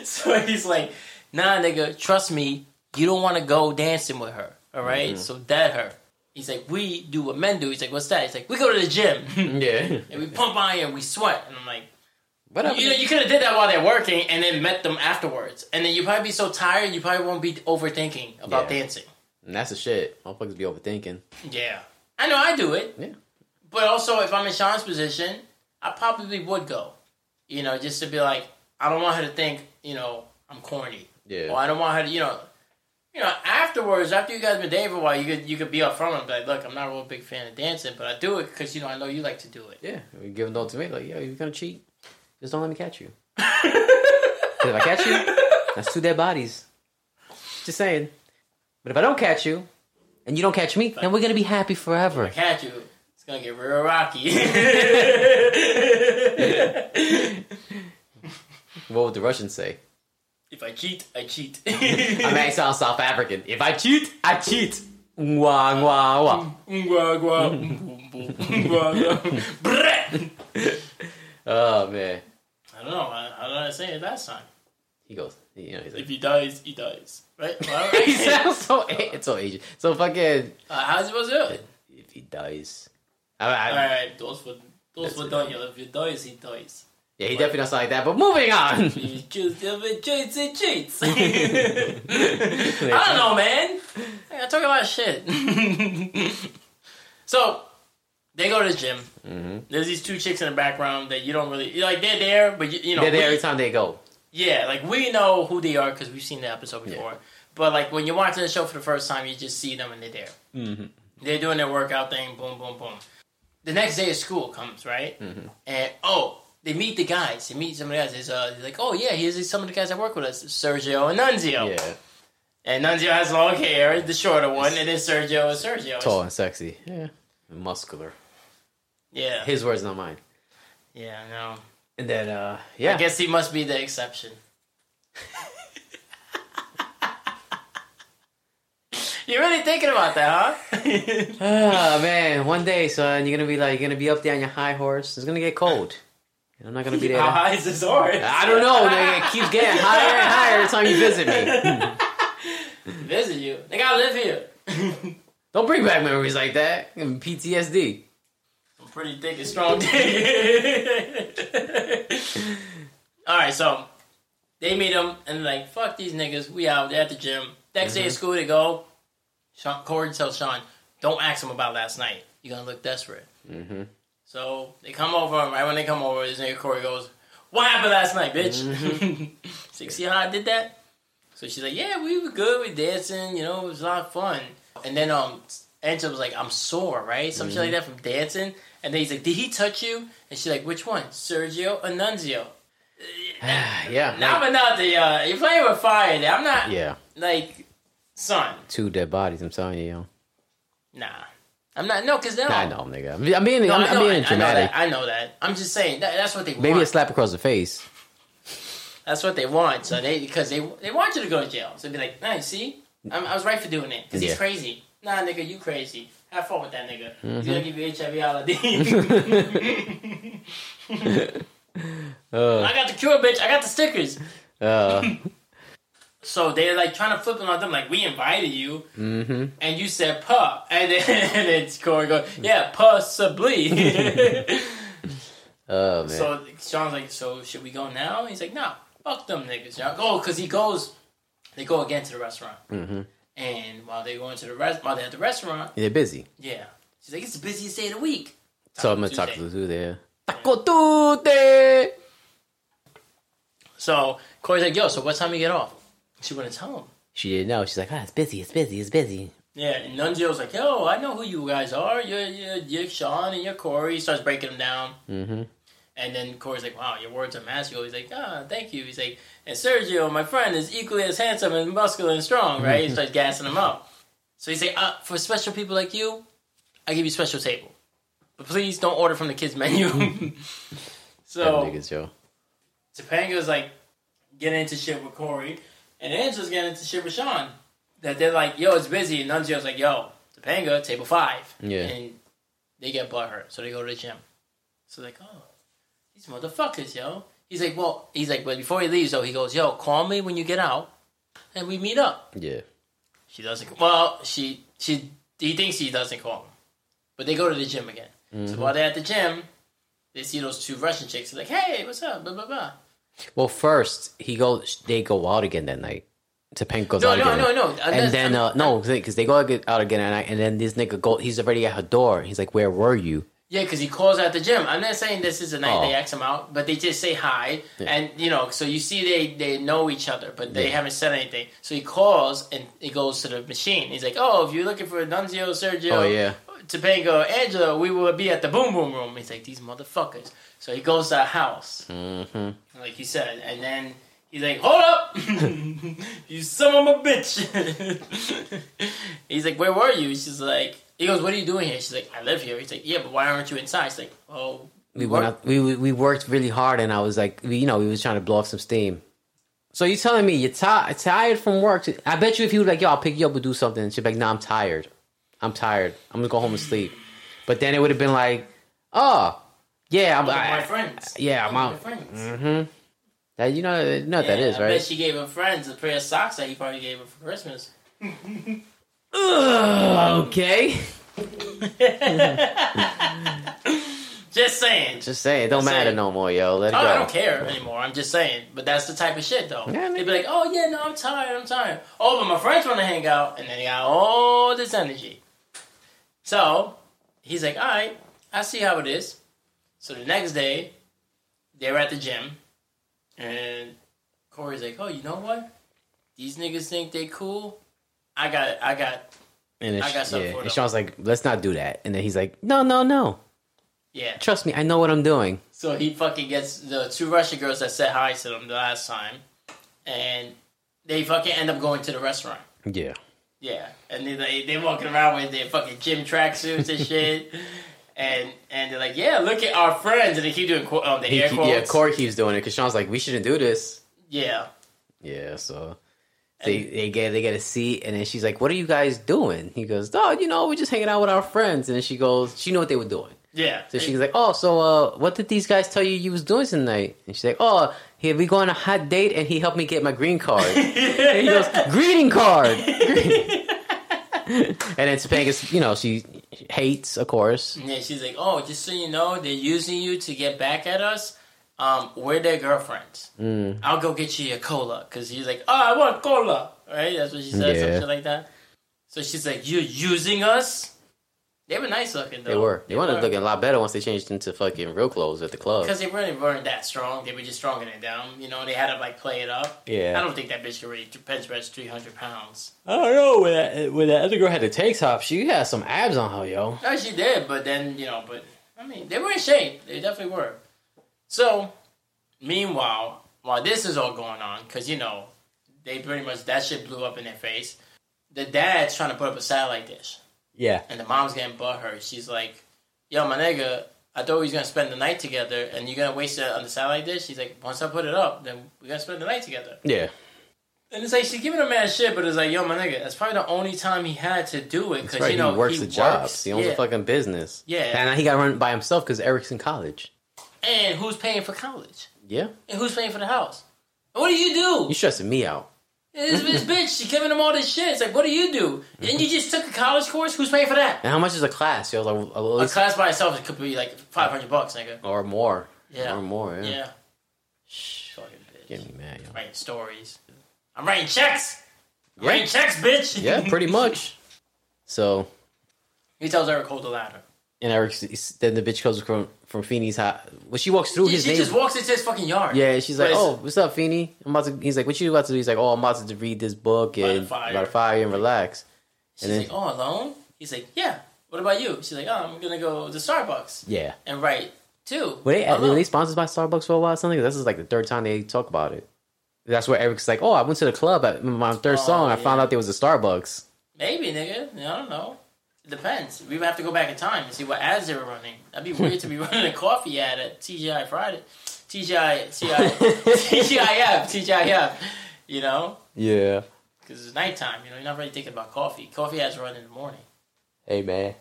so he's like, nah, nigga, trust me, you don't want to go dancing with her, all right?
Mm-hmm.
So that her. He's like, we do what men do. He's like, what's that? He's like, we go to the
[laughs]
gym
Yeah.
and we pump iron, we sweat. And I'm like,
Whatever.
you know, you could have did that while they're working and then met them afterwards. And then you probably be so tired, you probably won't be overthinking about
Yeah.
dancing.
and that's the shit. Motherfuckers be overthinking.
Yeah. I know I do it.
Yeah.
But also, if I'm in Sean's position, I probably would go. You know, just to be like, I don't want her to think, you know, I'm corny.
Yeah.
Or I don't want her to, you know, you know. Afterwards, after you guys been dating for a while, you could you could be upfront and be like, look, I'm not a real big fan of dancing, but I do it because you know I know you like to do it.
Yeah. You give them to me. Like, yo, you gonna cheat? Just don't let me catch [laughs] you. 'Cause if I catch you, that's two dead bodies. Just saying. But if I don't catch you, and you don't catch me, then we're gonna be happy forever. [laughs]
Catch you. It's gonna get real rocky.
What would the Russians say? [laughs]
If I cheat, I cheat.
I
[laughs]
mean, I sound South African. If I cheat, I cheat. Wah, wah, wah.
Mwah,
[laughs]
gwah, mm, boom, boom, mwah, gwah. Brrrr.
Oh, man.
I don't know. I, I don't know say it last time.
He goes, you know, he's
If
like,
he dies, he dies. Right? Well,
[laughs] he sounds so, it's so Asian. So fucking,
uh, how's he supposed to do it?
if he dies. I, I,
Alright, those were those were
it.
done. If he dies, he dies.
Yeah, he definitely doesn't like that, but moving on.
[laughs] If he cheats, if he cheats, he [laughs] cheats. I don't know, man. I talk about shit. [laughs] so they go to the gym.
Mm-hmm.
There's these two chicks in the background that you don't really like. They're there, but you, you know,
They're there
we-
every time they go.
Yeah, like we know who they are because we've seen the episode before. But like when you're watching the show for the first time, you just see them and they're there. Mm-hmm. They're doing their workout thing. Boom, boom, boom. The next day of school comes right,
Mm-hmm.
and oh, they meet the guys. They meet some of the guys. There's uh, they're like oh yeah, here's some of the guys that work with us, Sergio and Nunzio.
Yeah,
And Nunzio has long hair, the shorter one, and then Sergio is Sergio.
tall and sexy. Yeah, muscular.
Yeah,
His words, not mine.
yeah, I know.
And then, uh, yeah,
I guess he must be the exception. [laughs] You're really thinking about that,
[laughs]
huh?
oh man, one day, son, you're gonna be like, you're gonna be up there on your high horse. It's gonna get cold. And I'm not gonna be there.
How high is this horse?
I don't know. nigga. It keeps
[laughs]
getting higher and higher every time you visit me.
Visit you. They gotta live here.
Don't bring back memories like that. Give me PTSD.
I'm pretty thick and strong. [laughs] Alright, so they meet him and they're like, fuck these niggas, we out, they're at the gym. Next day of school they go. Sean Corey tells Sean, Don't ask him about last night. You're gonna look desperate.
Mm-hmm.
So they come over, and right when they come over, this nigga Corey goes, What happened last night, bitch?
Mm-hmm.
[laughs] She's like, See how I did that? So she's like, Yeah, we were good, we dancing, you know, it was a lot of fun. And then um Angela was like, I'm sore, right? Some
Mm-hmm.
shit like that from dancing. And then he's like, Did he touch you? And she's like, Which one? Sergio Annunzio.
[sighs] yeah.
Now but not the uh you're playing with fire there. I'm not
like- yeah.
like son.
Two dead bodies. I'm telling you, yo.
Nah. I'm not no, cause they don't
I know, nigga. I'm I'm being,
Oh. No,
I'm,
I
I'm
know, I-
being
I know
dramatic.
that. I know that. I'm just saying that, that's what they
Maybe a
want.
slap across the face.
That's what they want. So they because they they want you to go to jail. So be like, nah, you see, I'm, I was right for doing it because
Yeah.
he's crazy. Nah, nigga, you crazy. Have fun with that nigga. He's gonna give you HIV holiday.
Uh,
I got the cure, bitch. I got the stickers. [laughs]
uh,
So they're like trying to flip it on them, like we invited you
mm-hmm.
and you said puh, and then [laughs] and then Corey goes, yeah, possibly.
Oh man.
So Sean's like, so should we go now? He's like, no, fuck them niggas. Y'all go because he goes. They go again to the restaurant,
Mhm.
and while they going to the rest, while they're at the restaurant,
They're busy.
yeah, she's like, it's the busiest day of the week.
So I'm gonna
Tuesday.
talk to Tuesday. yeah. Taco Tuesday.
So Corey's like, yo, so what time you get off? She wouldn't tell him.
She didn't know. She's like, ah, it's busy. It's busy. It's busy.
Yeah, and Nunzio's like, yo, I know who you guys are. You're, you're, you're Sean and you're Corey. He starts breaking them down.
Mm-hmm.
And then Corey's like, wow, your words are magical. He's like, ah, thank you. He's like, and Sergio, my friend, is equally as handsome and muscular and strong, right? he starts gassing him up. So he's like, uh, for special people like you, I give you special table. But please don't order from the kids' menu. [laughs] so
niggas, yo.
Topanga's like getting into shit with Corey, and Angela's getting into shit with Sean. That they're like, yo, it's busy. And Nunzio's like, yo, Topanga, table five.
Yeah.
And they get butthurt, so they go to the gym. So like, oh, these motherfuckers, yo. He's like, well, he's like, but before he leaves, though, he goes, yo, call me when you get out, and we meet up.
Yeah.
She doesn't. Well, she she he thinks she doesn't call him, but they go to the gym again. So while they're at the gym, they see those two Russian chicks. They're like, hey, what's up? Blah blah blah.
Well, first he goes. They go out again that night. Topanga goes
No,
out
no,
again.
no, no.
uh, And then uh, no, because they go out again- out again at night, and then this nigga go. He's already at her door. He's like, "Where were you?"
yeah, because he calls at the gym. I'm not saying this is the night
Oh.
they ask him out, but they just say hi, and you know, so you see they they know each other, but they
Yeah.
haven't said anything. So he calls and he goes to the machine. He's like, "Oh, if you're looking for Nunzio, Sergio,
Oh yeah.
Topanga, Angela, we will be at the Boom Boom Room." He's like, "These motherfuckers." So he goes to a house,
Mm-hmm.
like he said, and then he's like, "Hold up, [laughs] you son of a bitch." [laughs] he's like, "Where were you?" She's like, "He goes, what are you doing here?" She's like, "I live here." He's like, "Yeah, but why aren't you inside?" She's like, "Oh,
we went out, we we- we worked really hard, and I was like, we, you know, we was trying to blow off some steam. So you telling me you're ti- tired from work? I bet you if he was like, yo, I'll pick you up and do something, and she'd be like, no, I'm tired. I'm tired. I'm gonna go home and sleep. But then it would have been like, oh, yeah, I'm,
With my
I,
friends.
yeah, I'm
With my
out.
friends.
That, you know, you know Mm-hmm. what that
Yeah,
is,
I bet
right?
she gave him friends a pair of socks that he probably gave her for
[laughs]
Christmas. [laughs]
Ugh, okay.
Just saying.
Just saying, it don't
Just saying.
matter no more, yo. Let it
Oh, I
go.
don't care anymore. I'm just saying. But that's the type of shit, though.
Yeah, I mean-
They'd be like, oh, yeah, no, I'm tired, I'm tired. Oh, but my friends want to hang out. And then they got all this energy. So he's like, all right, I see how it is. So the next day, they were at the gym. And Corey's like, oh, you know what? These niggas think they cool. I got, I got,
And, it's,
I got something
yeah.
for
and
them.
Sean's like, let's not do that. And then he's like, no, no, no.
yeah.
Trust me, I know what I'm doing.
So he fucking gets the two Russian girls that said hi to him the last time, and they fucking end up going to the restaurant.
Yeah.
Yeah, and they they, they walking around with their fucking gym tracksuits and
[laughs]
shit, and and they're like, yeah, look at our friends, and they keep doing qu- um, the
He,
air quotes.
yeah, Corey keeps doing it because Sean's like, we shouldn't do this.
Yeah.
Yeah, so they they get they get a seat, and then she's like, "What are you guys doing?" He goes, "Oh, you know, we're just hanging out with our friends." And then she goes, she knew what they were doing,
Yeah,
so
[laughs]
she's like, "Oh, so uh, what did these guys tell you you was doing tonight?" And she's like, "Oh, here we go on a hot date, and he helped me get my green card."
[laughs]
And he goes, "Greeting card." and then Topanga's, you know, she hates, of course.
yeah. She's like, oh, just so you know, they're using you to get back at us. Um, we're their girlfriends.
Mm.
I'll go get you a cola. Because he's like, oh, I want cola. Right? That's what she said,
Yeah.
some shit like that. So she's like, you're using us? They were nice looking, though.
They were. They wanted looking a lot better once they changed into fucking real clothes at the club.
Because they really weren't that strong. They were just stronger than them. You know, they had to, like, play it up.
Yeah.
I don't think that bitch could really bench press 300 pounds.
I don't know when that when that other girl had the tank top, she had some abs on her, yo.
No, she did, but then, you know, but, I mean, they were in shape. They definitely were. So, meanwhile, while this is all going on, because, you know, they pretty much, that shit blew up in their face, the dad's trying to put up a satellite dish.
Yeah,
And the mom's getting butthurt. She's like, yo, my nigga, I thought we was going to spend the night together and you're going to waste it on the satellite dish? She's like, once I put it up, then we're going to spend the night together.
yeah,
And it's like, she's giving him mad shit, but it's like, yo, my nigga, that's probably the only time he had to do it because,
right.
you know,
he works
he
the
works,
jobs. He owns
yeah.
a fucking business.
Yeah.
and now he got to run it by himself because Eric's in college.
And who's paying for college?
Yeah,
And who's paying for the house? And What do you do?
you stressing me out.
This,
[laughs]
this bitch, she's giving him all this shit. It's like, what do you do? And you just took a college course? Who's paying for that?
And how much is a class, yo? Like at
A
least-
class by itself it could be like 500 bucks, nigga.
or more.
Yeah.
or more. Yeah,
Yeah. Fucking bitch.
get me mad, yo.
writing stories. I'm writing checks. I'm
Yeah.
writing checks, bitch. [laughs]
Yeah, pretty much. So
he tells Eric hold the ladder.
and Eric's then the bitch comes from from Feeney's house. When she walks through
She,
his
she
neighborhood.
just walks into his fucking yard.
Yeah, and she's like,
But it's-
"Oh, what's up, Feeny?" I'm about to. He's like, "What you about to do?" He's like, "Oh, I'm about to read this book
the
and
fire.
about a fire and relax."
She's
and then-
like, oh, alone? He's like, yeah. What about you? She's like, oh, I'm gonna go to Starbucks
Yeah.
and write too.
Were they, were
alone."
they sponsored by Starbucks for a while or something? 'Cause This is like the third time they talk about it. That's where Eric's like, "Oh, I went to the club at my third
Oh,
song. I
yeah.
found out there was
[laughs]
a Starbucks."
Maybe, nigga. I don't know. It depends. We would have to go back in time and see what ads they were running. That'd
[laughs]
be weird to be running a coffee ad at TGI Friday. TGI, TGI, [laughs] TGIF, TGIF. You know?
[laughs] Yeah.
Because it's nighttime, you know, you're not really thinking about coffee. Coffee ads run in the morning.
Hey man,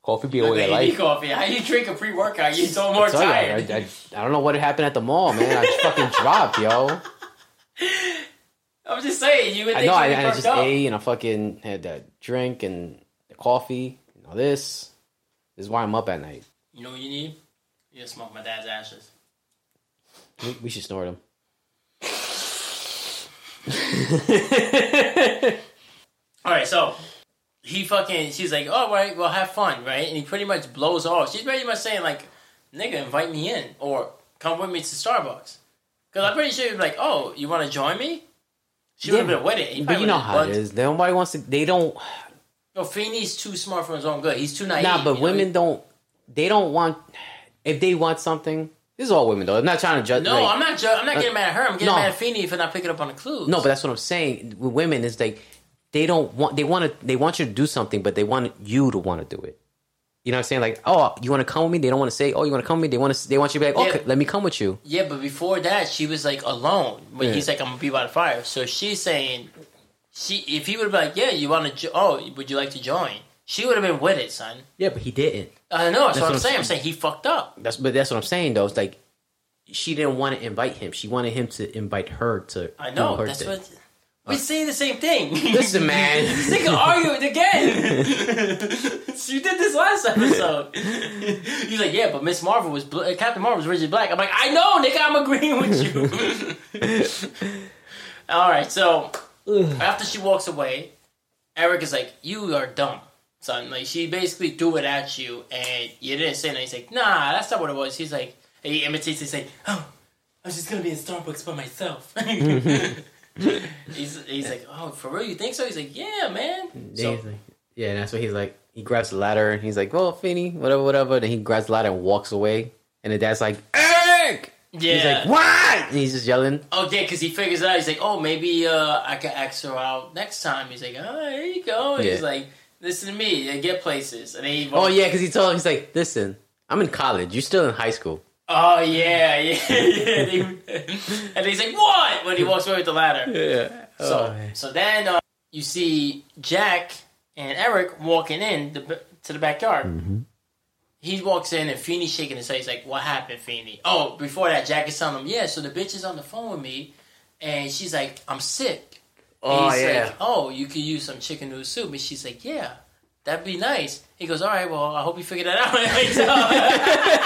coffee be
Look
over
at
their
you
life.
coffee. How you drink a pre workout? You
[laughs]
so more
I, tell you, I,
tired.
I- I don't know what happened at the mall, man. I just
[laughs]
fucking dropped, yo.
I'm just saying. You would
I
think
know.
you'd
I,
be
I
fucked
just
up.
ate and I fucking had that drink and the coffee and all this. This is why I'm up at night.
You know what you need? You gotta smoke my dad's ashes.
We, we should snort them.
[laughs] All right, so he fucking. She's like, all right, well, have fun, right? And he pretty much blows off. She's pretty much saying like, nigga, invite me in or come with me to Starbucks. Because I'm pretty sure you'd be like, oh, you want to join me? She would have
Yeah,
been with it. He
But
probably
you know
would've
how it
bugged-
is. Nobody wants to. They don't.
No, Feeney's too smart for his own good. He's too naive.
Nah,
you
but
know?
women don't. They don't want. If they want something, this is all women though. I'm not trying to judge.
No,
like- uh,
I'm not. Ju- I'm not getting mad at her. I'm getting
no.
mad at Feeney for not picking up on the clues.
No, but that's what I'm saying. With women, is like they don't want. They want to. They want you to do something, but they want you to want to do it. You know what I'm saying? Like, oh, you want to come with me? They don't want to say, oh, you want to come with me? They want to. They want you to be like,
Yeah.
okay, let me come with you.
Yeah, but before that, she was like alone. But
Yeah.
he's like, I'm gonna be by the fire. So she's saying, she if he would have been like, yeah, you want to? Jo- oh, would you like to join? She would have been with it, son.
Yeah, but he didn't.
I know. That's, what,
That's
I'm
what I'm
saying. I'm saying he fucked up.
That's but that's what I'm saying though. It's like she didn't want to invite him. She wanted him to invite her to.
I know.
do her
that's
thing.
what. We're saying the same thing. [laughs]
Listen, man.
this nigga arguing [laughs] again. you did this last episode. [laughs] He's like, yeah, but Miss Marvel was bl- Captain Marvel was originally black. I'm like, I know, nigga. I'm agreeing [laughs] with you. All right, so after she walks away, Eric is like, "You are dumb, son." Like she basically threw it at you, and you didn't say nothing. He's like, "Nah, that's not what it was." He's like, and he imitates. He's like, "Oh, I was just gonna be in Starbucks by myself." [laughs] he's he's like, "Oh, for real? You think so?" He's like, "Yeah, man."
Then
So,
he's like- yeah, and that's what he's like. He grabs the ladder and he's like, "Well, Finny, whatever, whatever." Then he grabs the ladder and walks away. And the dad's like, "Eric!" He's
yeah.
like, "What?" And he's just yelling.
Oh yeah, because he figures it out. He's like, oh, maybe uh, I can ask her out next time. He's like, oh, there you go. And He's
Yeah.
like, listen to me and get places. And then he
Oh yeah, because he told him he's like, "Listen, I'm in college. You're still in high school."
oh yeah, [laughs] yeah, yeah. [laughs] and he's like, what? When he walks away with the ladder.
Oh, Yeah.
So so then uh, you see Jack and Eric walking in the, to the backyard.
Mm-hmm.
He walks in and Feeney's shaking his head. He's like, "What happened, Feeney?" Oh, before that, Jack is telling him, "Yeah, so the bitch is on the phone with me, and she's like, I'm sick." And
Oh,
he's
yeah.
Like, oh, you could use some chicken noodle soup, and she's like, "Yeah, that'd be nice." He goes, "All right, well, I hope you figure that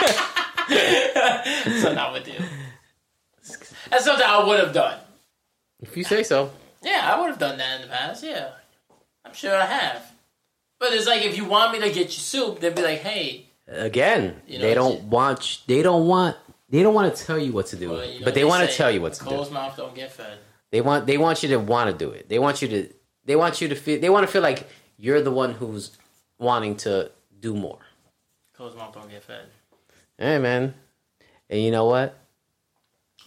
out." [laughs] so, [laughs] so now we do. That's something I would have done.
if you say so.
Yeah, I would have done that in the past. Yeah, I'm sure I have. But it's like if you want me to get you soup, they'd be like, "Hey,
Again,
You know,
they
it's
don't
just-
want. They don't want. They don't want to tell you what to do,
well, you know,
but they, want
say,
to tell you what to do.
Closed mouth don't get fed.
They want they want you to want to do it. They want you to they want you to feel they want to feel like you're the one who's wanting to do more.
Closed mouth don't get fed."
Hey man. And you know what?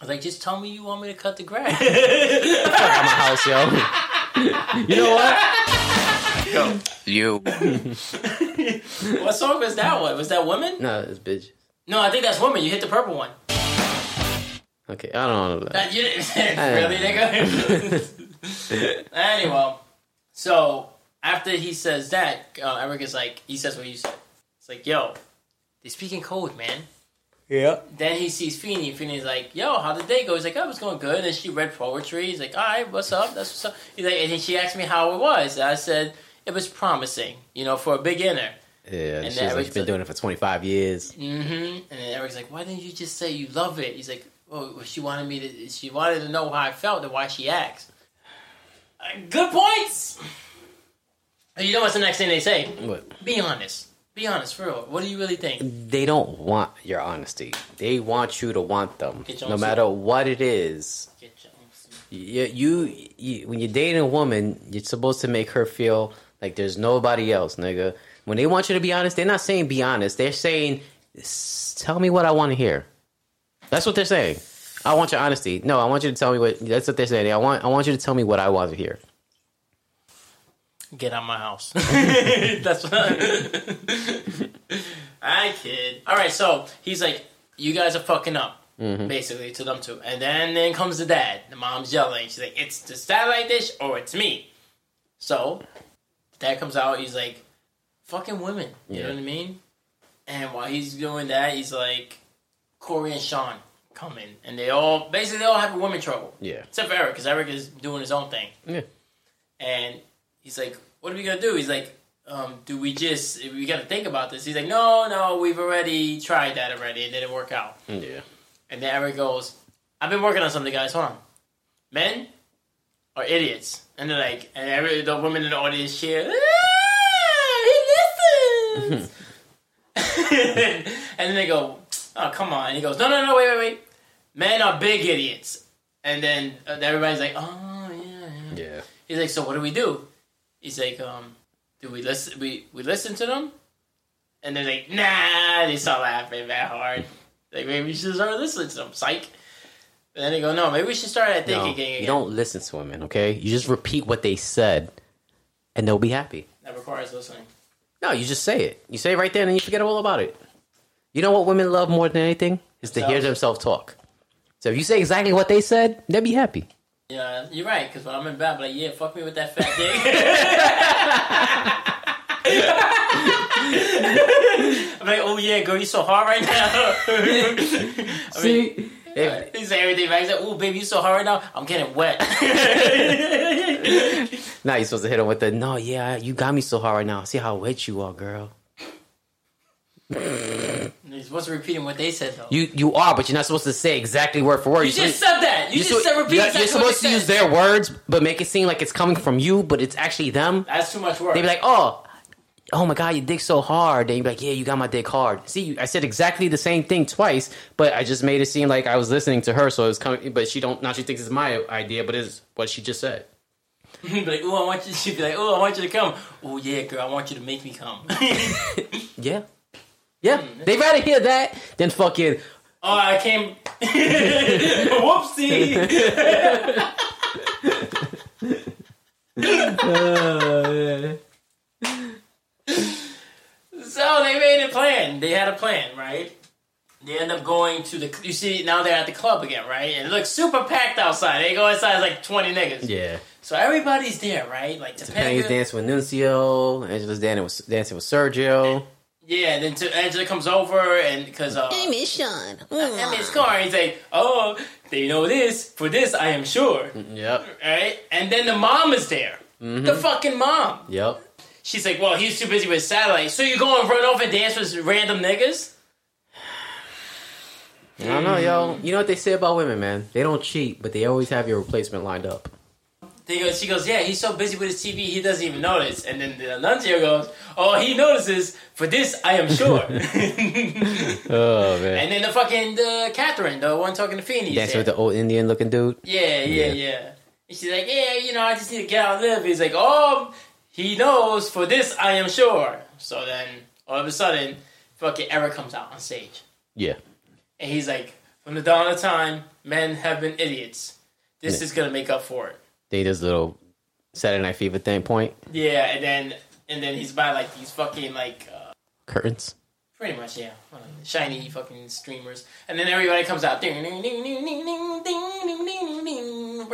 I was like, "Just tell me you want me to cut the
[laughs]
grass."
Fuck out my house, yo. [laughs] you know what?
You.
what song was that one? Was that woman?
No, it's bitch.
No, I think that's woman. You hit the purple one.
Okay, I don't know that.
That you didn't [laughs] really, nigga. [laughs] anyway, so after he says that, uh, Eric is like, he says what you said. It's like, "Yo, they speak in code, man."
Yeah.
Then he sees Feeny, and Feeny's like, "Yo, how did they go?" He's like, "Oh, it was going good." And then she read poetry. He's like, "All right, what's up? That's what's up." He's like, and then she asked me how it was. And I said, "It was promising, you know, for a beginner."
Yeah, she's
that
like,
was
she's been
the-
doing it for 25 years.
Mm-hmm. And then Eric's like, "Why didn't you just say you love it?" He's like, "Oh, well, she wanted me to. She wanted to know how I felt and why she asked." Uh, Good points. And You know what's the next thing they say?
But
Be honest. Be honest, for real. What do you really think?
they don't want your honesty. They want you to want them.
Get your
No
own
matter what it is.
Get your own suit.
you, you, you when you're dating a woman, you're supposed to make her feel like there's nobody else, nigga. When they want you to be honest, they're not saying be honest. They're saying "S- tell me what I want to hear. That's what they're saying. I want your honesty. No, I want you to tell me what. That's what they're saying. I want. I want you to tell me what I want to hear.
Get out my house. [laughs] That's what I, [laughs] I kid. All right, so he's like, you guys are fucking up, basically, to them two. And then then comes the dad. The mom's yelling. She's like, it's the satellite dish or it's me. So dad comes out. He's like, fucking women. You know
Yeah.
what I mean? And while he's doing that, he's like, Corey and Sean coming, and they all basically they all have women trouble.
Yeah.
Except for Eric, because Eric is doing his own thing.
Yeah.
And he's like, "What are we gonna do?" He's like, um, "Do we just we gotta think about this?" He's like, "No, no, we've already tried that already. It didn't work out."
Yeah.
And then Eric goes, "I've been working on something, guys. Hold on, men are idiots." And they're like, and every, the women in the audience cheer. "Ah, he listens!" [laughs] and then they go, "Oh, come on!" And he goes, "No, no, no, wait, wait, wait. Men are big idiots." And then uh, everybody's like, "Oh, yeah, yeah."
Yeah.
He's like, so what do we do? He's like, um, do we listen? We we listen to them, and they're like, nah. They start laughing that hard. Like maybe we should start listening to them. Psych. And then they go, no, maybe we should start at
No,
thinking again.
you don't listen to women, okay? You just repeat what they said, and they'll be happy.
That requires listening.
No, you just say it. You say it right there, and then you forget all about it. You know what women love more than anything is to hear themselves talk. So if you say exactly what they said, they'll be happy.
Yeah, you're right. Because when I'm in bed, I'm like, yeah, fuck me with that fat dick. [laughs] I'm like, oh yeah, girl, you so hard right [laughs] now. I mean,
See, if,
he said everything back. He said, oh baby, you so hard right now. I'm getting
[laughs]
wet.
Now you're supposed to hit him with the no, yeah, you got me so hard right now. See how wet you are, girl.
You're supposed to repeating what they said though. You,
You you are, but you're not supposed to say exactly word for word. You're
just said
supposed-
that. You
you're
just
supposed-
said repeat.
you're-
exactly
You're supposed
what
to
they
use
said.
their words, but make it seem like it's coming from you, but it's actually them.
That's too much work. [laughs]
They'd be like, oh, oh my god, your dick's so hard. Then you'd be like, yeah, you got my dick hard. See, you, I said exactly the same thing twice, but I just made it seem like I was listening to her, so it was coming. But she don't now she thinks it's my idea, but it's what she just said.
He'd be like, "Ooh, I want you." She'd be like, "Ooh, I want you to come." Oh yeah, girl, I want you to make me
[laughs]
come. oh,
Yeah, yeah, they'd rather hear that than fucking.
Oh, I came. [laughs] Whoopsie. so they made a plan. They had a plan, right? They end up going to the. You see, now they're at the club again, right? And it looks super packed outside. They go inside, it's like twenty niggas.
Yeah.
So everybody's there, right? Like
Penny was
Topanga.
dancing with Nuncio. Angela's dancing with, dancing with Sergio.
Yeah, then to Angela comes over and because uh,
Hey, Miss Sean.
and his car and he's like, oh, they know this. For this, I am sure,
Yep.
right? And then the mom is there. The fucking mom.
Yep.
She's like, well, he's too busy with satellite. So you go and run off and dance with random niggas?
I don't know, yo. You know what they say about women, man? They don't cheat, but they always have your replacement lined up.
They go, she goes, yeah, he's so busy with his TV, he doesn't even notice. And then the nuncio goes, oh, he notices. For this, I am sure. [laughs] and
Oh man.
then the fucking the Catherine, the one talking to Phoenix.
Dancing with the old Indian looking dude.
Yeah, yeah,
Yeah.
yeah. And she's like, yeah, you know, I just need to get out and live. He's like, oh, he knows. For this, I am sure. So then, all of a sudden, fucking Eric comes out on stage.
Yeah.
And he's like, from the dawn of time, men have been idiots. This
Yeah.
is going to make up for it.
They this little Saturday Night Fever thing point
Yeah, and then and then he's by like these fucking like uh,
curtains.
pretty much yeah, uh, shiny fucking streamers, and then everybody comes out. Ding, ding, ding, ding, ding, ding, ding, ding, ding.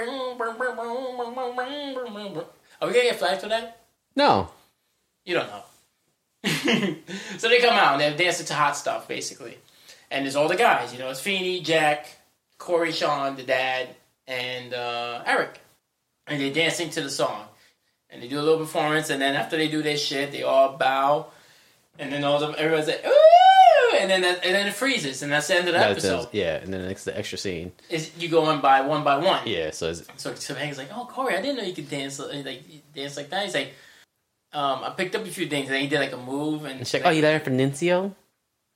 Are we gonna get flagged for that?
No.
You don't know. [laughs] so they come out and they're dancing to hot stuff, basically. And there's all the guys, you know, it's Feeney, Jack, Corey, Sean, the dad, and uh, Eric. And they're dancing to the song. And they do a little performance, and then after they do their shit, they all bow. And then all the everybody's like, ooh! And then that, and then it freezes, and that's the end of the
That
episode.
does- yeah, and then it's the extra scene.
Is you go on by one by one.
Yeah, so it's,
So Topanga's like, "Oh, Corey, I didn't know you could dance li- like you dance like that." He's like, um, "I picked up a few things." And then he did like a move, and
it's like, oh, you learned from Nuncio?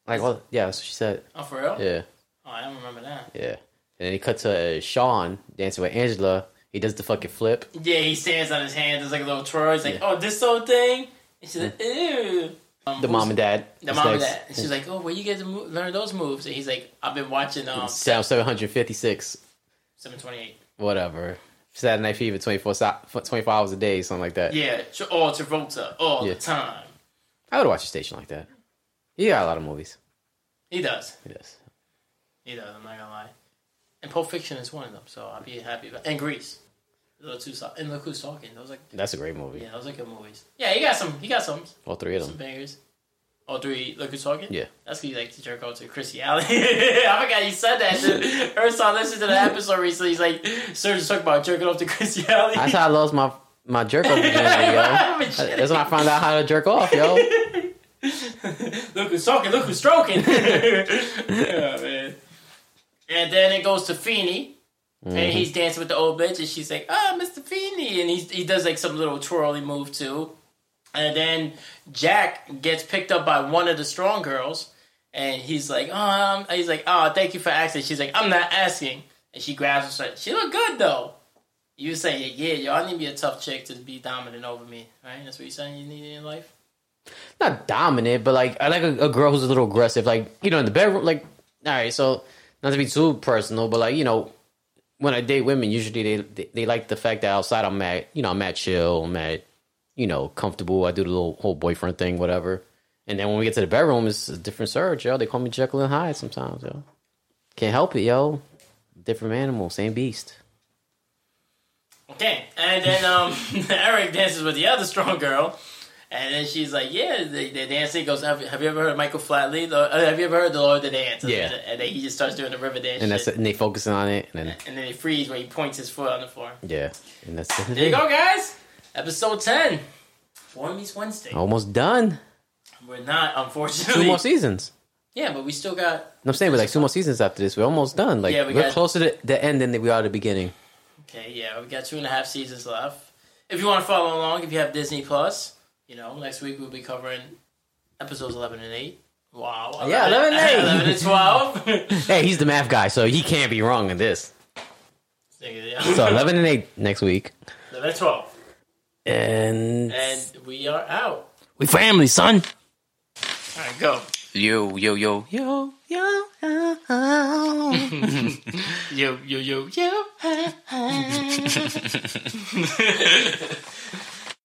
Like, well, yeah, that's what she said.
"Oh, for real?
Yeah,
Oh, I don't remember that."
yeah. And then he cuts to uh, Sean dancing with Angela. He does the fucking flip.
Yeah, he stands on his hands. It's like a little twirl. He's like, "Oh, this old thing." And she's like, "Ew." Um,
The mom and dad.
the
is
mom and
next.
that. And she's like, "Oh, where you get to mo- learn those moves?" And he's like, "I've been watching um
Sound 756,
seven twenty eight.
whatever. Saturday Night Fever, 24, so- 24 hours a day, something like that.
Yeah, tr- all Travolta all
Yeah.
the time.
I would watch a station like that. He got a lot of movies.
He does.
He does.
He does. I'm not gonna lie. And Pulp Fiction is one of them, so I'll be happy about. And Grease, little two so- and look who's talking. Those like.
That's a great movie.
Yeah, those are good movies. Yeah, he got some. He got some
All three of
some
them.
bangers. All three. Look who's talking.
Yeah.
That's because you like to jerk off to Chrissy Alley. [laughs] I forgot you said that. shit. Ersan listened to the episode recently. He's like, Serge was talking about jerking off to Chrissy Alley.
That's how I lost my my jerk off virginity, yo. That's when I found out how to jerk off, yo.
[laughs] look who's talking. Look who's stroking. [laughs] yeah, man. And then it goes to Feeney. And he's dancing with the old bitch, and she's like, "Ah, Mr. Feeney," and he he does like some little twirly move too. And then Jack gets picked up by one of the strong girls, and he's like, "Oh, um," he's like, "Oh, thank you for asking." She's like, "I'm not asking," and she grabs her. She look good though. You say, "Yeah, y'all need to be a tough chick to be dominant over me, right?" That's what you saying you need in your life.
Not dominant, but like I like a, a girl who's a little aggressive. Like, you know, in the bedroom, like all right, so not to be too personal, but like, you know, when I date women, usually they they, they like the fact that outside I'm mad, you know, I'm mad chill, I'm mad you know, comfortable. I do the little whole boyfriend thing, whatever. And then when we get to the bedroom, it's a different surge, yo. They call me Jekyll and Hyde sometimes, yo. Can't help it, yo. Different animal, same beast.
Okay, and then um, [laughs] Eric dances with the other strong girl, and then she's like, "Yeah, they, they dance." He goes, "Have have you ever heard of Michael Flatley? The- uh, Have you ever heard the Lord of the Dance?"
Yeah.
and then he just starts doing the river dance,
And that's
shit.
it. And they focus on it, and then
and then he frees when he points his foot on the floor.
yeah, and that's it.
There you go, guys. Episode ten, Four Meets Wednesday.
Almost done.
We're not,
Oh. Two
unfortunately.
more seasons.
yeah, but we still got.
No, I'm saying, but like two more seasons after this, we're almost done. Like
Yeah, we
we are
got-
closer to the end than we are the beginning.
Okay, yeah, we got two and a half seasons left. If you want to follow along, if you have Disney Plus, you know, next week we'll be covering episodes eleven and eight. Wow.
Yeah, 11 and 8.
Oh, Eleven and [laughs] twelve.
Hey, he's the math guy, so he can't be wrong in this.
Nigga, yeah. [laughs]
So eleven and eight next week,
No, that's 12.
and
And we are out.
we family, son.
All right, go.
Yo, yo, yo.
Yo yo. yo, yo.
Yo, yo, yo, yo.